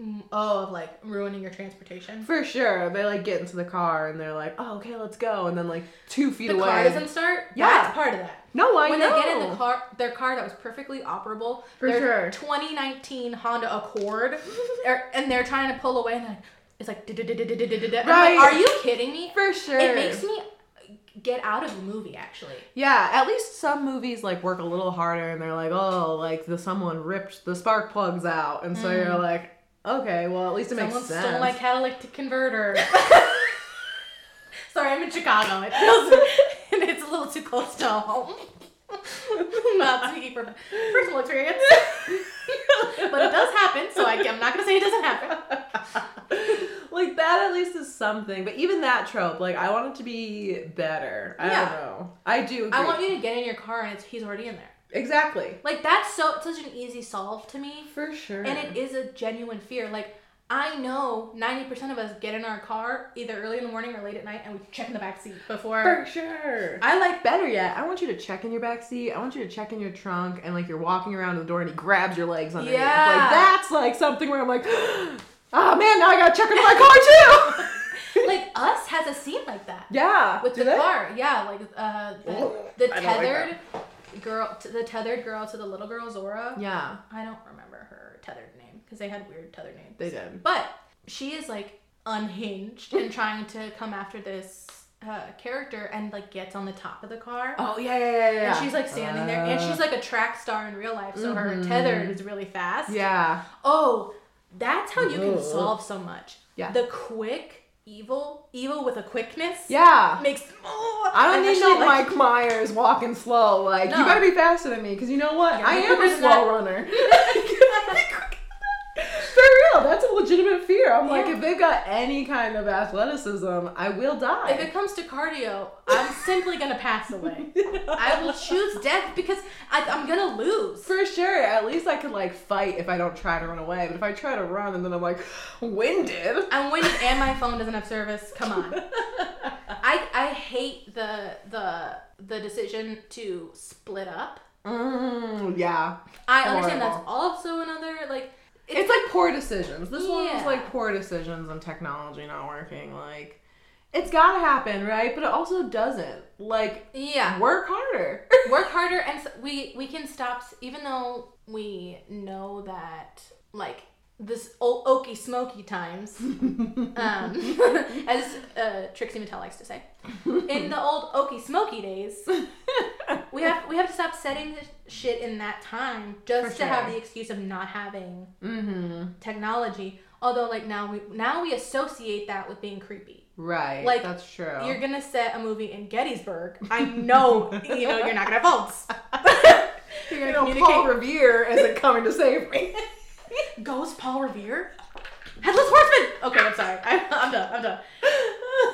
S2: Mm, oh of like ruining your transportation
S1: For sure. They like get into the car and they're like, oh okay, let's go. And then like two feet
S2: the
S1: away.
S2: car doesn't start
S1: Yeah.
S2: that's part of that
S1: no, I
S2: when
S1: know.
S2: they get in the car their car that was perfectly operable
S1: For
S2: their
S1: sure.
S2: 2019 honda accord they're- and they're trying to pull away and like it's like "Du-du-du-du-du-du-du-du." I'm like,
S1: Right.
S2: are you kidding me
S1: For sure.
S2: It makes me get out of the movie, actually.
S1: Yeah, at least some movies like work a little harder and they're like, oh, like the someone ripped the spark plugs out, and so you're like, okay, well at least it
S2: Mm. Someone
S1: makes sense.
S2: stole my catalytic converter. Sorry, I'm in Chicago. It feels and it's a little too close to home. I'm not speaking from personal experience, but it does happen. So I, I'm not gonna say it doesn't happen.
S1: like that at least is something. But even that trope, like I want it to be better. I
S2: Yeah.
S1: don't know. I do.
S2: I
S1: agree.
S2: want you to get in your car and it's, he's already in there.
S1: exactly
S2: Like that's so such an easy solve to me.
S1: for sure.
S2: And it is a genuine fear. Like, I know 90% of us get in our car either early in the morning or late at night and we check in the back seat before.
S1: for sure.
S2: I like that.
S1: Better yet, I want you to check in your back seat. I want you to check in your trunk, and like you're walking around to the door, and he grabs your legs underneath.
S2: Yeah.
S1: Like that's like something where I'm like, oh man, now I gotta check in my car too.
S2: Like, Us has a scene like that.
S1: Yeah.
S2: With
S1: do
S2: the
S1: Oh, they?
S2: car. Yeah, like uh, the,
S1: Ugh,
S2: the
S1: I don't like
S2: tethered girl, t- the tethered girl to the little girl Zora.
S1: Yeah,
S2: I don't remember her tethered name because they had weird tethered names.
S1: they did.
S2: But she is like unhinged and trying to come after this uh, character and like gets on the top of the car.
S1: Oh yeah, yeah, yeah, yeah. Uh,
S2: And she's like standing there, and she's like a track star in real life, so her tethered is really fast.
S1: Mm-hmm. Yeah.
S2: Oh, that's how you can
S1: Ugh.
S2: solve so much.
S1: Yeah.
S2: The quick evil, evil with a quickness.
S1: Yeah.
S2: Makes. Oh,
S1: I don't
S2: and
S1: need
S2: actually,
S1: no
S2: like,
S1: Mike Myers walking slow. Like you
S2: No.
S1: better be faster than me, because you know what?
S2: Yeah,
S1: I
S2: Mike
S1: am a
S2: Myers is
S1: slow
S2: not-
S1: runner. For real, that's a legitimate fear. I'm like,
S2: Yeah.
S1: if they've got any kind of athleticism, I will
S2: If
S1: die.
S2: it comes to cardio, I'm simply gonna pass away. I will choose death because I, I'm gonna lose.
S1: For sure. At least I could like fight if I don't try to run away. But if I try to run and then I'm like winded.
S2: I'm winning, and my phone doesn't have service. Come on. I I hate the the the decision to split up.
S1: Mm, yeah.
S2: I understand
S1: Horrible.
S2: that's also another like it's,
S1: it's like poor decisions. This one was
S2: Yeah.
S1: like poor decisions and technology not working. Like, it's gotta happen, right? But it also doesn't. Like,
S2: yeah
S1: work harder.
S2: work harder and s we we can stop s- even though we know that like this old okey smoky times um, as uh, Trixie Mattel likes to say in the old okey smoky days we have we have to stop setting this shit in that time just
S1: For
S2: to have
S1: sure.
S2: the excuse of not having
S1: mm-hmm.
S2: technology although like now we now we associate that with being creepy
S1: Right.
S2: Like,
S1: that's true.
S2: You're gonna set a movie in Gettysburg. I know, you know, you're not gonna vote. you're gonna
S1: You know,
S2: communicate.
S1: Paul Revere isn't coming to save me.
S2: Ghost Paul Revere, headless horseman. Okay, I'm sorry. I, I'm done. I'm duh.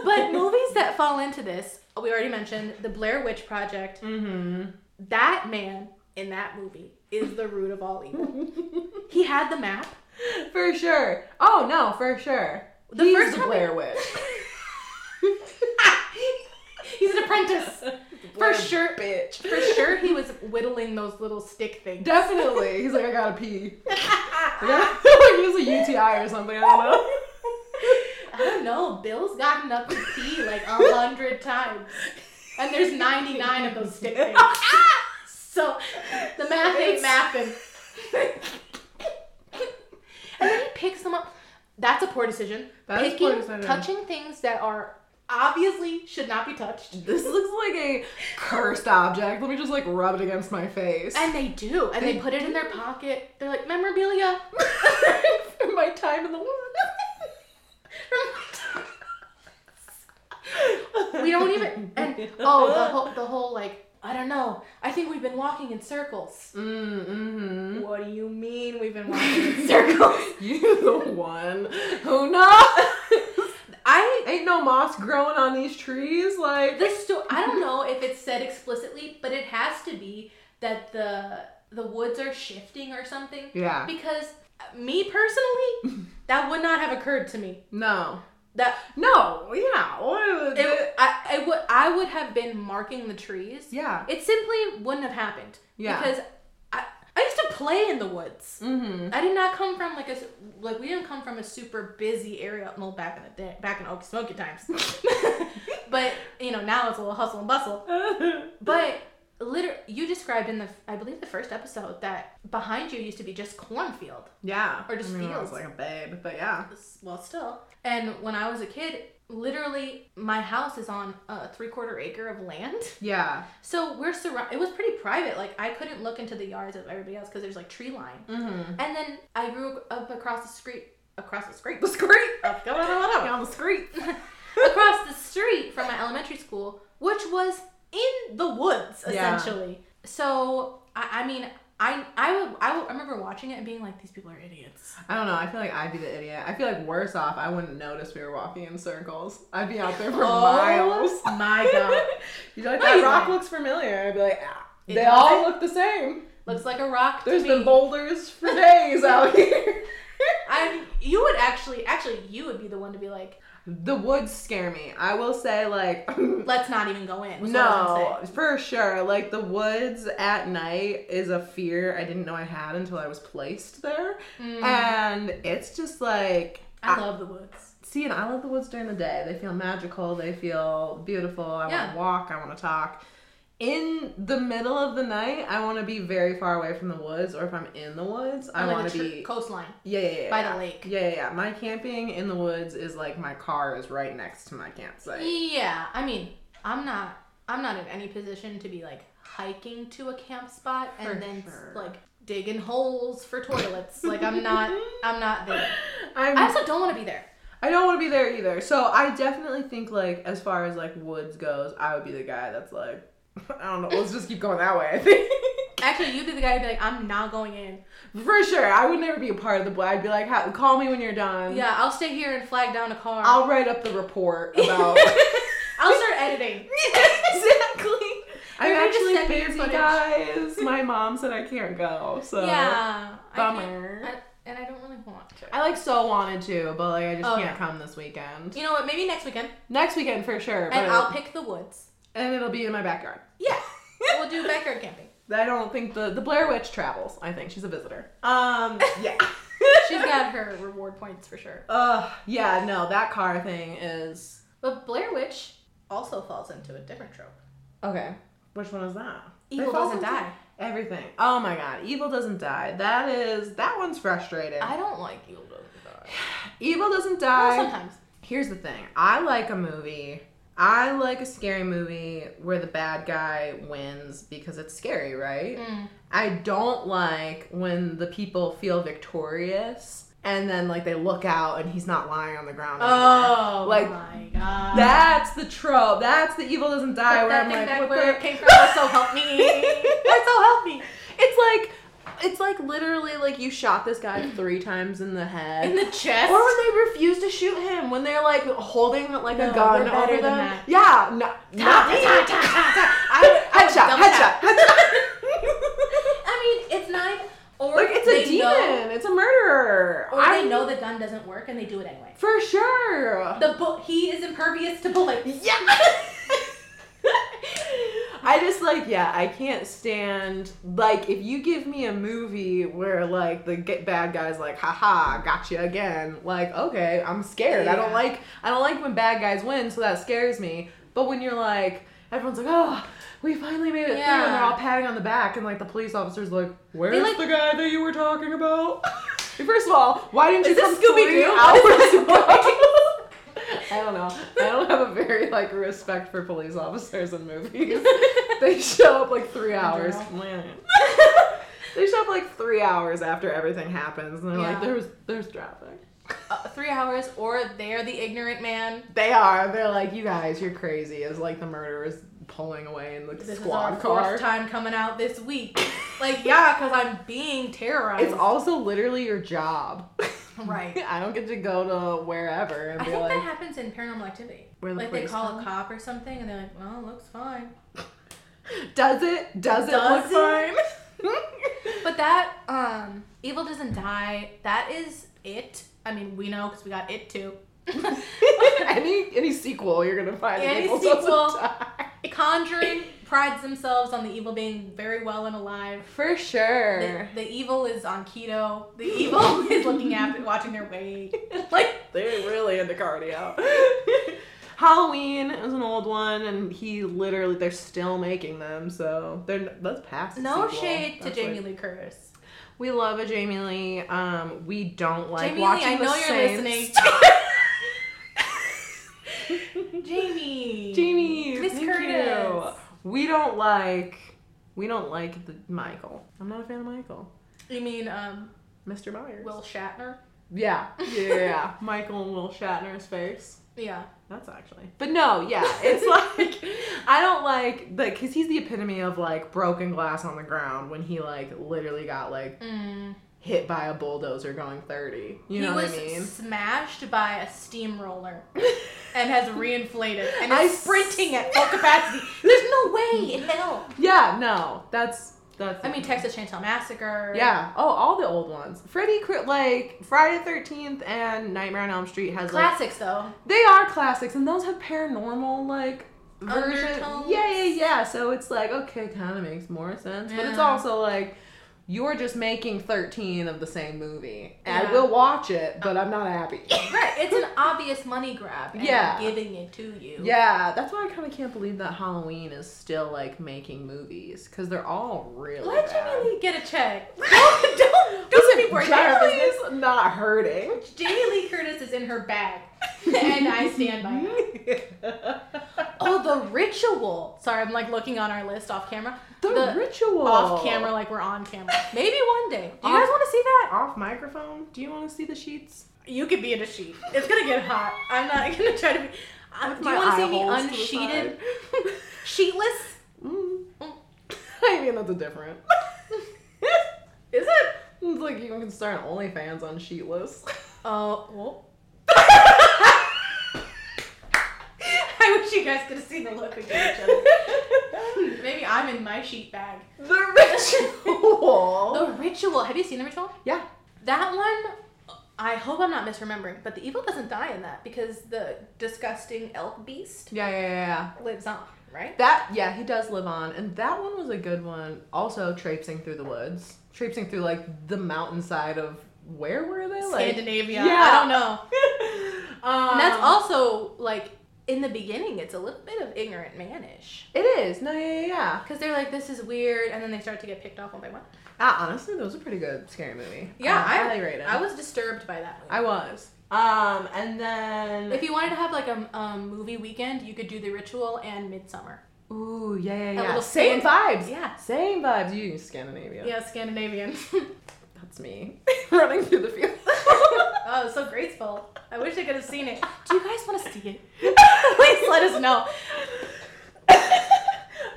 S2: But movies that fall into this, we already mentioned the Blair Witch Project.
S1: Mm-hmm.
S2: That man in that movie is the root of all evil. he had the map.
S1: For sure. Oh no, for sure.
S2: The
S1: He's
S2: first time
S1: Blair Witch.
S2: He's an apprentice.
S1: Blair
S2: sure.
S1: bitch.
S2: For sure, he was whittling those little stick things.
S1: Definitely. He's like, I gotta pee. I gotta- like he was a UTI or something. I don't know.
S2: I don't know. Bill's gotten up to pee like a hundred times, and there's 99 of those stick things. So the math ain't
S1: It's-
S2: mapping. and then he picks them up. That's a poor decision.
S1: That is
S2: Picking,
S1: poor decision.
S2: touching things that are obviously should not be touched.
S1: This looks like a cursed object. Let me just like rub it against my face.
S2: And they do, and they, put it in their pocket. They're like memorabilia.
S1: for my time in the woods.
S2: we don't even. And oh, the whole, the whole like I don't know. I think we've been walking in circles.
S1: Mm-hmm.
S2: What do you mean we've been walking in circles?
S1: You the one who knows.
S2: I
S1: Ain't no moss growing on these trees. Like
S2: this sto- I don't know if it's said explicitly, but it has to be that the the woods are shifting or something.
S1: Yeah.
S2: Because uh, me personally, that would not have occurred to me.
S1: No.
S2: That
S1: No. Yeah. What is
S2: it, I, it would I would have been marking the trees.
S1: Yeah.
S2: It simply wouldn't have happened.
S1: Yeah.
S2: Because I, I used to play in the woods.
S1: Mm-hmm.
S2: I did not come from like a s- like we didn't come from a super busy area. Well, back in the day, back in Okie Smoky times. but you know now it's a little hustle and bustle. But liter you described in the I believe the first episode that behind you used to be just cornfield.
S1: yeah.
S2: Or just
S1: I mean, I was
S2: feels.
S1: like a babe, but yeah.
S2: Well, still. And when I was a kid, literally my house is on a three quarter acre of land.
S1: Yeah.
S2: So we're surrounded. It was pretty private. Like I couldn't look into the yards of everybody else because there's like tree line.
S1: Mm-hmm.
S2: And then I grew up across the street, across the street,
S1: The screen.
S2: Up, go, go, go, go.
S1: on the screen.
S2: across the street from my elementary school, which was in the woods
S1: Yeah.
S2: essentially. So I, I mean, I I would I, would, I remember watching it and being like, these people are idiots.
S1: I don't know. I feel like I'd be the idiot. I feel like worse off, I wouldn't notice we were walking in circles. I'd be out there for
S2: Oh,
S1: miles.
S2: my God.
S1: You'd be like,
S2: No,
S1: that
S2: you
S1: rock
S2: wouldn't."
S1: looks familiar. I'd be like, ah,
S2: It
S1: they
S2: does.
S1: all look the same.
S2: Looks like a rock
S1: There's
S2: to me.
S1: been boulders for days out here.
S2: I you would actually actually you would be the one to be like,
S1: the woods scare me. I will say, like,
S2: let's not even go in. was what I was gonna
S1: no, for sure. Like, the woods at night is a fear I didn't know I had until I was placed there.
S2: Mm.
S1: And it's just like,
S2: I love the woods.
S1: See, and I love the woods during the day. They feel magical. They feel beautiful. I want
S2: Yeah.
S1: to walk. I want to talk. In the middle of the night, I want to be very far away from the woods, or if I'm in the woods, I
S2: On, like,
S1: want
S2: the
S1: to
S2: tr-
S1: be.
S2: coastline.
S1: yeah, yeah, yeah,
S2: by
S1: yeah.
S2: the lake.
S1: Yeah, yeah, yeah. My camping in the woods is like my car is right next to my campsite.
S2: Yeah, I mean, I'm not I'm not in any position to be like hiking to a camp spot and
S1: For
S2: then
S1: sure.
S2: like digging holes for toilets. like I'm not I'm not there.
S1: I'm,
S2: I also don't want to be there.
S1: I don't want to be there either. So I definitely think like as far as like woods goes, I would be the guy that's like, I don't know. Let's just keep going that way. I think.
S2: Actually, you'd be the guy who'd be like, I'm not going in.
S1: For sure, I would never be a part of the. bl- I'd be like, "Ha- call me when you're done.
S2: Yeah, I'll stay here and flag down a car.
S1: I'll write up the report about.
S2: I'll start editing.
S1: exactly. I'm
S2: You're gonna just
S1: actually
S2: send me your
S1: busy,
S2: footage.
S1: guys. My mom said I can't go, so
S2: yeah. I can't-
S1: Uh, bummer.
S2: I- and I don't really want to.
S1: I like so wanted to, but like I just
S2: Oh,
S1: can't
S2: yeah.
S1: come this weekend.
S2: You know what? Maybe next weekend,
S1: Next weekend for sure, but
S2: and I'll pick the woods.
S1: and it'll be in my backyard.
S2: Yeah, we'll do backyard camping.
S1: I don't think the the Blair Witch travels. I think she's a visitor. Um, yeah.
S2: She's got her reward points for sure.
S1: Ugh, yeah, no, that car thing is
S2: But Blair Witch also falls into a different trope.
S1: okay. Which one is that?
S2: Evil
S1: They fall
S2: doesn't
S1: into-
S2: die.
S1: Everything. Oh my god, evil doesn't die. That is that one's frustrating.
S2: I don't like evil doesn't die.
S1: evil doesn't
S2: Well,
S1: die.
S2: sometimes.
S1: Here's the thing. I like a movie. I like a scary movie where the bad guy wins because it's scary, right?
S2: Mm.
S1: I don't like when the people feel victorious and then like they look out and he's not lying on the ground. anymore.
S2: Oh
S1: Like,
S2: my god.
S1: That's the trope. That's the evil doesn't die
S2: Put
S1: where
S2: that
S1: I'm
S2: thing
S1: like,
S2: back
S1: what
S2: where
S1: the
S2: it came from. So help me. so help me.
S1: It's like It's like literally like you shot this guy three times in the head.
S2: in the chest.
S1: or when they refuse to shoot him, when they're like holding like
S2: No,
S1: a gun
S2: we're better
S1: over
S2: than
S1: them.
S2: that.
S1: Yeah, no, not me.
S2: ta, ta, ta, ta.
S1: I,
S2: I would
S1: headshot,
S2: double
S1: headshot,
S2: tap.
S1: headshot.
S2: I mean, it's not even. Or
S1: like it's
S2: they
S1: a demon.
S2: Know,
S1: it's a murderer.
S2: or
S1: I
S2: they know the gun doesn't work and they do it anyway.
S1: for sure.
S2: The bu- he is impervious to bullets.
S1: Yeah. I just like yeah, I can't stand like if you give me a movie where like the get bad guys like haha gotcha again like okay I'm scared I don't
S2: Yeah.
S1: like I don't like when bad guys win so that scares me but when you're like everyone's like oh we finally made it through and they're
S2: Yeah.
S1: all patting on the back and like the police officers like where's
S2: like-
S1: the guy that you were talking about first of all why didn't
S2: Is
S1: you
S2: this
S1: come three
S2: Scooby-Doo? What is
S1: hours
S2: this
S1: ago? I don't know. I don't have a very like respect for police officers in movies. they show up like three hours. they show up like three hours after everything happens, and they're like,
S2: Yeah.
S1: "There was, there's traffic."
S2: Uh, three hours, or they're the ignorant man.
S1: They are. They're like, "You guys, you're crazy." As like the murderers pulling away in the
S2: This
S1: squad
S2: is our
S1: car.
S2: fourth time coming out this week. like, yeah, because I'm being terrorized.
S1: It's also literally your job.
S2: Right.
S1: I don't get to go to wherever and
S2: I
S1: be
S2: think
S1: like,
S2: that happens in paranormal activity.
S1: Where the
S2: like they
S1: police
S2: call
S1: come?
S2: a cop or something, and they're like, "Well, it looks fine."
S1: "Does it? Does it
S2: Does
S1: look
S2: it?
S1: fine?"
S2: But that um, evil doesn't die. That is it. I mean, we know because we got it too.
S1: any any sequel, you're gonna find
S2: Any
S1: people doesn't
S2: sequel.
S1: die.
S2: Conjuring prides themselves on the evil being very well and alive.
S1: For
S2: The,
S1: sure.
S2: the evil is on keto. The evil is looking after, watching their weight. Like,
S1: They're really into cardio. Halloween is an old one, and he literally they're still making them, so they're that's past. the
S2: no
S1: sequel.
S2: shade to
S1: That's
S2: Jamie
S1: like-
S2: Lee Curtis.
S1: we love a Jamie Lee. Um, we don't like
S2: Jamie Lee,
S1: watching
S2: I
S1: the
S2: know you're
S1: Saints.
S2: Jamie.
S1: Jamie,
S2: Miss
S1: thank
S2: Curtis.
S1: you. We don't like. We don't like the Michael. I'm not a fan of Michael.
S2: You. mean um,
S1: Mr. Myers.
S2: Will Shatner?
S1: Yeah, yeah, yeah, yeah. Michael and Will Shatner's face.
S2: Yeah.
S1: That's actually. But no, yeah, it's like I don't like like because he's the epitome of like broken glass on the ground when he like literally got like
S2: Mm.
S1: hit by a bulldozer going thirty. You know
S2: he
S1: what
S2: was
S1: I mean?
S2: smashed by a steamroller and has reinflated and
S1: I
S2: is sprinting at full capacity. There's no way in hell.
S1: Yeah, no, that's that's.
S2: I mean, Texas Chainsaw Massacre.
S1: Yeah. Oh, all the old ones. Freddy Kr- like Friday Thirteenth and Nightmare on Elm Street has like
S2: Classics though.
S1: they are classics and those have paranormal like version
S2: Undertones.
S1: yeah yeah yeah so it's like okay kind of makes more sense but it's
S2: Yeah.
S1: also like you're just making 13 of the same movie and
S2: Yeah.
S1: i will watch it but i'm not happy
S2: Right, it's an obvious money grab. And
S1: Yeah.
S2: they're giving it to you.
S1: yeah that's why i kind of can't believe that halloween is still like making movies because they're all really
S2: Let
S1: bad.
S2: Jamie Lee get a check.
S1: don't don't
S2: don't be worried about her
S1: Jamie Lee's not hurting
S2: Jamie Lee Curtis is in her bag, and I stand by it. Oh, the ritual. Sorry, I'm like looking on our list off camera.
S1: the, ritual
S2: off camera, like we're on camera. Maybe one day. Do you guys
S1: Off-
S2: want to see that?
S1: off microphone do you want to see the sheets
S2: You could be in a sheet. It's gonna get hot. I'm not gonna try to be. Uh, do
S1: My
S2: you want
S1: eye
S2: to see me
S1: holes to the
S2: unsheeted,
S1: side.
S2: sheetless?
S1: Mm.
S2: Mm.
S1: I mean, that's a different.
S2: Is it?
S1: It's like you can start an OnlyFans on Sheetless.
S2: Uh, well. I wish you guys could have seen the look we gave each other.
S1: the
S2: Maybe I'm in my sheet bag.
S1: ritual.
S2: The ritual. Have you seen the ritual?
S1: yeah.
S2: That one. I hope I'm not misremembering, but the evil doesn't die in that because the disgusting elk beast
S1: Yeah, yeah, yeah, yeah.
S2: lives on, right?
S1: That, yeah, he does live on. And that one was a good one. Also, traipsing through the woods. Traipsing through, like, the mountainside of where were they? Like,
S2: Scandinavia.
S1: Yeah.
S2: I don't know.
S1: um,
S2: And that's also like in the beginning, it's a little bit of ignorant manish.
S1: It is. No, yeah, yeah, yeah.
S2: Because they're like, this is weird, and then they start to get picked off one by one.
S1: Ah, honestly, that was a pretty good scary movie.
S2: Yeah,
S1: Um,
S2: I,
S1: highly rated.
S2: I was disturbed by that movie.
S1: I was. Um, and then
S2: if you wanted to have like a um, movie weekend, you could do The Ritual and Midsummer.
S1: ooh yeah yeah
S2: A
S1: yeah
S2: little
S1: same vibes
S2: Yeah.
S1: same vibes you Scandinavia
S2: Yeah, Scandinavian.
S1: that's me running through the field
S2: oh, so graceful. I wish I could have seen it. Do you guys want to see it? Please let us know.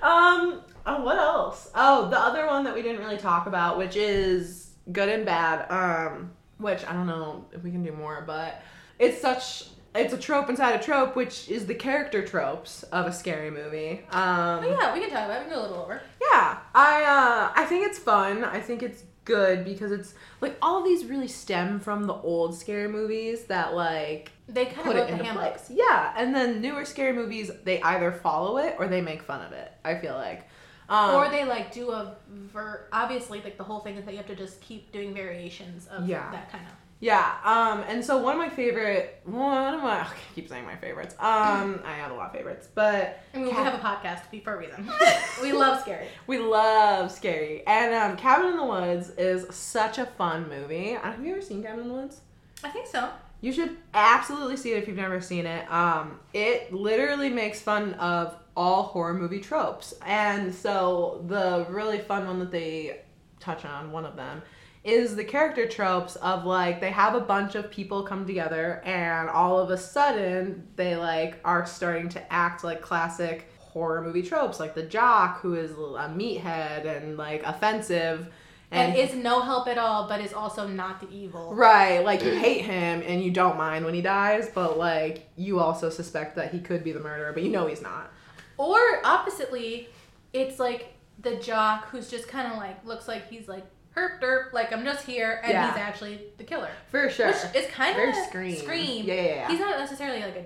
S1: um Oh, what else? Oh, the other one that we didn't really talk about, which is good and bad. Um, which I don't know if we can do more, but it's such it's a trope inside a trope, which is the character tropes of a scary movie. Um,
S2: But yeah, we can talk about it. We can go a little over.
S1: yeah, I uh, I think it's fun. I think it's good because it's like all of these really stem from the old scary movies that like
S2: They kind
S1: put
S2: of
S1: it
S2: wrote the
S1: into
S2: handbook.
S1: place. Yeah, and then newer scary movies they either follow it or they make fun of it. I feel like. Um,
S2: or they like do a ver obviously like the whole thing is that you have to just keep doing variations of
S1: Yeah.
S2: that kind of
S1: Yeah, um, and so one of my favorite, one of my, I keep saying my favorites. Um, I have a lot of favorites, but
S2: I mean,
S1: Cat-
S2: we have a podcast be- for a reason. we love scary.
S1: we love scary. And um, Cabin in the Woods is such a fun movie. Uh, Have you ever seen Cabin in the Woods?
S2: I think so.
S1: You should absolutely see it if you've never seen it. Um, it literally makes fun of all horror movie tropes. And so the really fun one that they touch on, one of them, is the character tropes of like they have a bunch of people come together and all of a sudden they like are starting to act like classic horror movie tropes, like the jock who is a meathead and like offensive.
S2: And, is no help at all, but is also not the evil.
S1: Right, like you hate him and you don't mind when he dies, but like you also suspect that he could be the murderer, but you know he's not.
S2: Or oppositely, it's like the jock who's just kind of like looks like he's like herp derp, like I'm just here, and
S1: Yeah.
S2: he's actually the killer.
S1: For sure.
S2: Which is kind
S1: Very
S2: of
S1: Scream.
S2: Scream.
S1: Yeah, yeah, yeah.
S2: He's not necessarily like a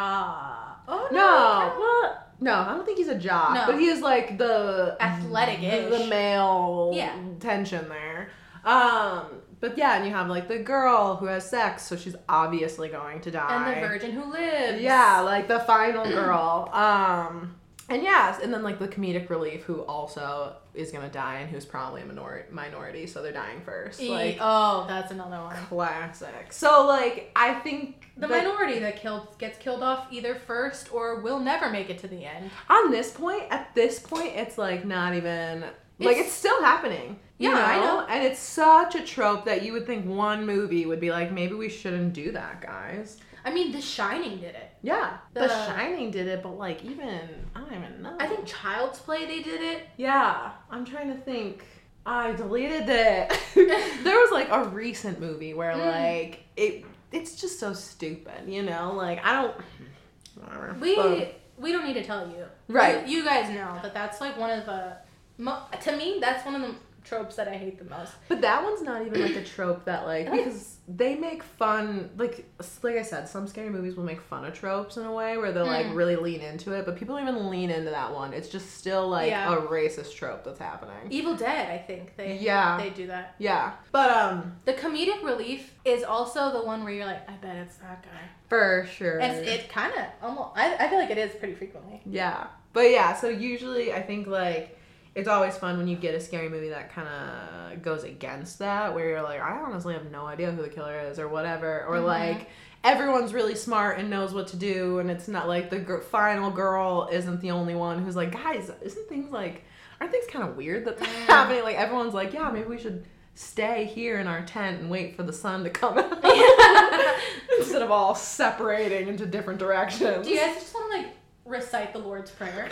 S2: jaw. Oh no.
S1: no,
S2: kinda
S1: well, no, I don't think he's a jock,
S2: No.
S1: but he is like the
S2: Athletic-ish.
S1: the, the male
S2: Yeah.
S1: tension there. Um, but yeah, and you have like the girl who has sex, so she's obviously going to die.
S2: And the virgin who lives.
S1: Yeah, like the final girl. Um and yes, and then like the comedic relief who also is gonna die and who's probably a minor- minority, so they're dying first.
S2: E-
S1: Like
S2: oh, that's another one.
S1: classic. So like I think
S2: The
S1: that
S2: minority that killed gets killed off either first or will never make it to the end.
S1: on this point, at this point, it's like not even like
S2: It's-
S1: it's still happening. you
S2: Yeah, I know.
S1: And it's such a trope that you would think one movie would be like, maybe we shouldn't do that, guys.
S2: I mean, The Shining did it.
S1: Yeah, The,
S2: The-
S1: Shining did it, but like even I don't even know.
S2: I think Child's Play they did it.
S1: Yeah, I'm trying to think. I deleted it. there was like a recent movie where
S2: Mm.
S1: like it it's just so stupid, you know? Like I don't whatever.
S2: We
S1: But-
S2: we don't need to tell you.
S1: Right.
S2: You, you guys know that that's like one of the mo- to me that's one of the tropes that I hate the most.
S1: But that one's not even like a trope that like
S2: I like-
S1: because they make fun like s- like I said, some scary movies will make fun of tropes in a way where they'll like
S2: Mm.
S1: really lean into it, but people don't even lean into that one. It's just still like
S2: Yeah.
S1: a racist trope that's happening.
S2: Evil Dead, I think they
S1: Yeah.
S2: they do that.
S1: Yeah. But um
S2: The comedic relief is also the one where you're like, I bet it's that guy.
S1: for sure.
S2: And it kind of almost I, I feel like it is pretty frequently.
S1: Yeah. But yeah, so usually I think like it's always fun when you get a scary movie that kind of goes against that where you're like I honestly have no idea who the killer is or whatever or
S2: Mhm.
S1: like everyone's really smart and knows what to do and it's not like the gir- final girl isn't the only one who's like guys isn't things like aren't things kind of weird that's happening like everyone's like yeah maybe we should stay here in our tent and wait for the sun to come out instead of all separating into different directions
S2: Do you guys just want to like recite the Lord's Prayer?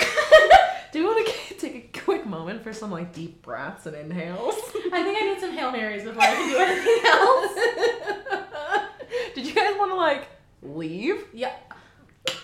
S1: Do you want to take a quick moment for some like deep breaths and inhales?
S2: I think I need some Hail Marys before I can do anything else.
S1: Did you guys want to like leave?
S2: yeah.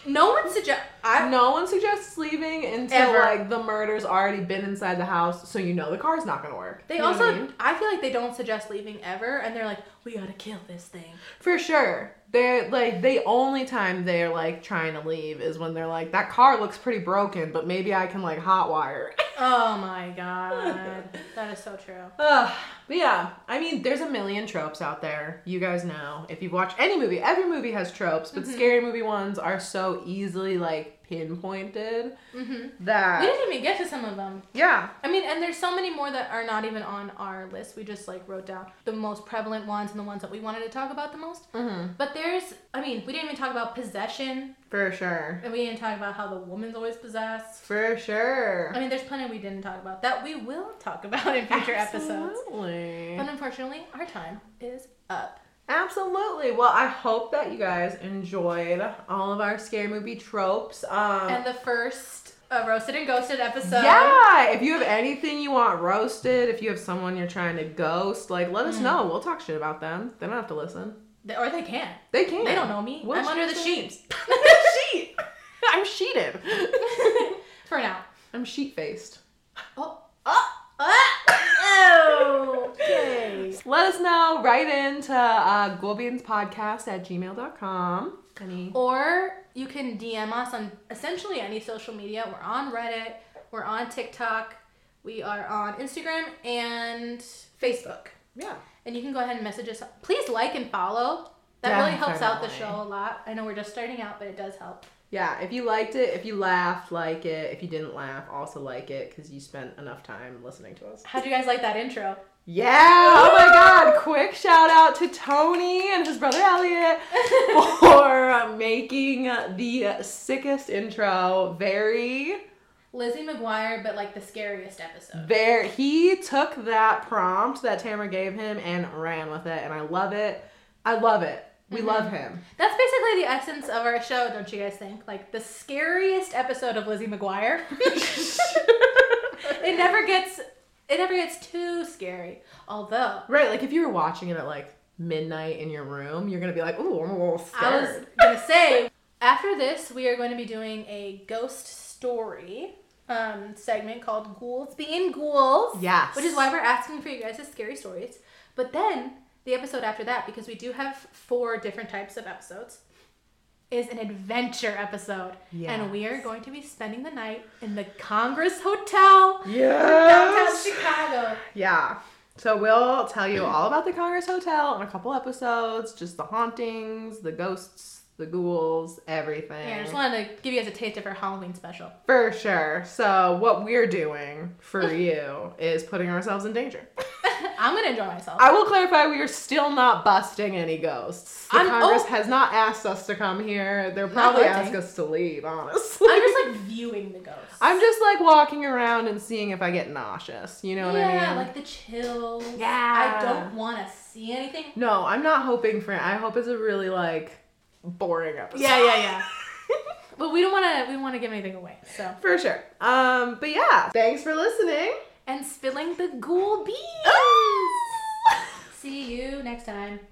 S2: No one suggest. I
S1: No one suggests leaving until
S2: Ever.
S1: like the murder's already been inside the house, so you know the car's not gonna work.
S2: They
S1: You know what
S2: also,
S1: I mean?
S2: I feel like they don't suggest leaving ever, and they're like, we gotta kill this thing.
S1: for sure. They're like the only time they're like trying to leave is when they're like that car looks pretty broken, but maybe I can like hotwire. it."
S2: Oh my god, that is so true.
S1: Ugh. but yeah, I mean, there's a million tropes out there. You guys know. If you've watched any movie, every movie has tropes,
S2: Mm-hmm.
S1: but scary movie ones are so easily like pinpointed
S2: hmm We
S1: that
S2: didn't even get to some of them.
S1: yeah,
S2: I mean, and there's so many more that are not even on our list. We just like wrote down the most prevalent ones and the ones that we wanted to talk about the most.
S1: Mhm.
S2: But there's, I mean, we didn't even talk about possession,
S1: for sure,
S2: and we didn't talk about how the woman's always possessed.
S1: for sure.
S2: I mean, there's plenty we didn't talk about that we will talk about in future episodes.
S1: Absolutely.
S2: But unfortunately, our time is up.
S1: Absolutely. Well, I hope that you guys enjoyed all of our scary movie tropes. Um,
S2: And the first a roasted and ghosted episode.
S1: yeah, if you have anything you want roasted, if you have someone you're trying to ghost, like let
S2: Mm.
S1: us know. We'll talk shit about them. They don't have to listen.
S2: They- or they can't.
S1: They can.
S2: They don't know me.
S1: What
S2: I'm under the
S1: should I
S2: sheets
S1: Sheet. I'm sheeted.
S2: for now.
S1: I'm sheet faced.
S2: Oh. Oh.
S1: uh,
S2: Ah. Okay.
S1: Let us know. Write in to uh, goldbeanspodcast at gmail.com. Any
S2: Or you can DM us on essentially any social media. We're on Reddit. We're on TikTok. We are on Instagram and Facebook.
S1: yeah.
S2: And you can go ahead and message us. Please like and follow. That really helps out the show a lot. I know we're just starting out, but it does help.
S1: Yeah, if you liked it, if you laughed, like it. If you didn't laugh, also like it because you spent enough time listening to us.
S2: How'd you guys like that intro?
S1: Yeah! Oh my god! Quick shout out to Tony and his brother Elliot for uh, making the sickest intro. Very,
S2: Lizzie McGuire, but like the scariest episode.
S1: very. He took that prompt that Tamara gave him and ran with it, and I love it. I love it. We
S2: Mm-hmm.
S1: love him.
S2: That's basically the essence of our show, don't you guys think? Like the scariest episode of Lizzie McGuire. it never gets it never gets too scary. Although
S1: Right? Like if you were watching it at like midnight in your room, you're gonna be like, "Ooh, I'm a little scared."
S2: I was gonna say after this we are going to be doing a ghost story um, segment called Ghouls Being Ghouls.
S1: Yes.
S2: Which is why we're asking for you guys' scary stories. But then the episode after that, because we do have four different types of episodes, is an adventure episode. And we are
S1: Yes.
S2: going to be spending the night in the Congress Hotel. Downtown
S1: Yes.
S2: Chicago.
S1: Yeah. So we'll tell you all about the Congress Hotel in a couple episodes, just the hauntings, the ghosts, the ghouls, everything.
S2: Yeah, I just wanted to give you guys a taste of our Halloween special.
S1: for sure. So what we're doing for you is putting ourselves in danger.
S2: I'm gonna enjoy myself.
S1: I will clarify we are still not busting any ghosts. The
S2: I'm-
S1: Congress
S2: oh.
S1: has not asked us to come here. They'll probably ask
S2: hunting.
S1: us to leave, honestly.
S2: I'm just like viewing the ghosts.
S1: I'm just like walking around and seeing if I get nauseous. You know what I mean?
S2: yeah, like the chills.
S1: Yeah.
S2: I don't want to see anything.
S1: No, I'm not hoping for. I hope it's a really like boring episode.
S2: yeah, yeah. but we don't want to. We don't want to give anything away. So
S1: for sure. Um, but yeah, thanks for listening.
S2: and spilling the ghoul beans. See you next time.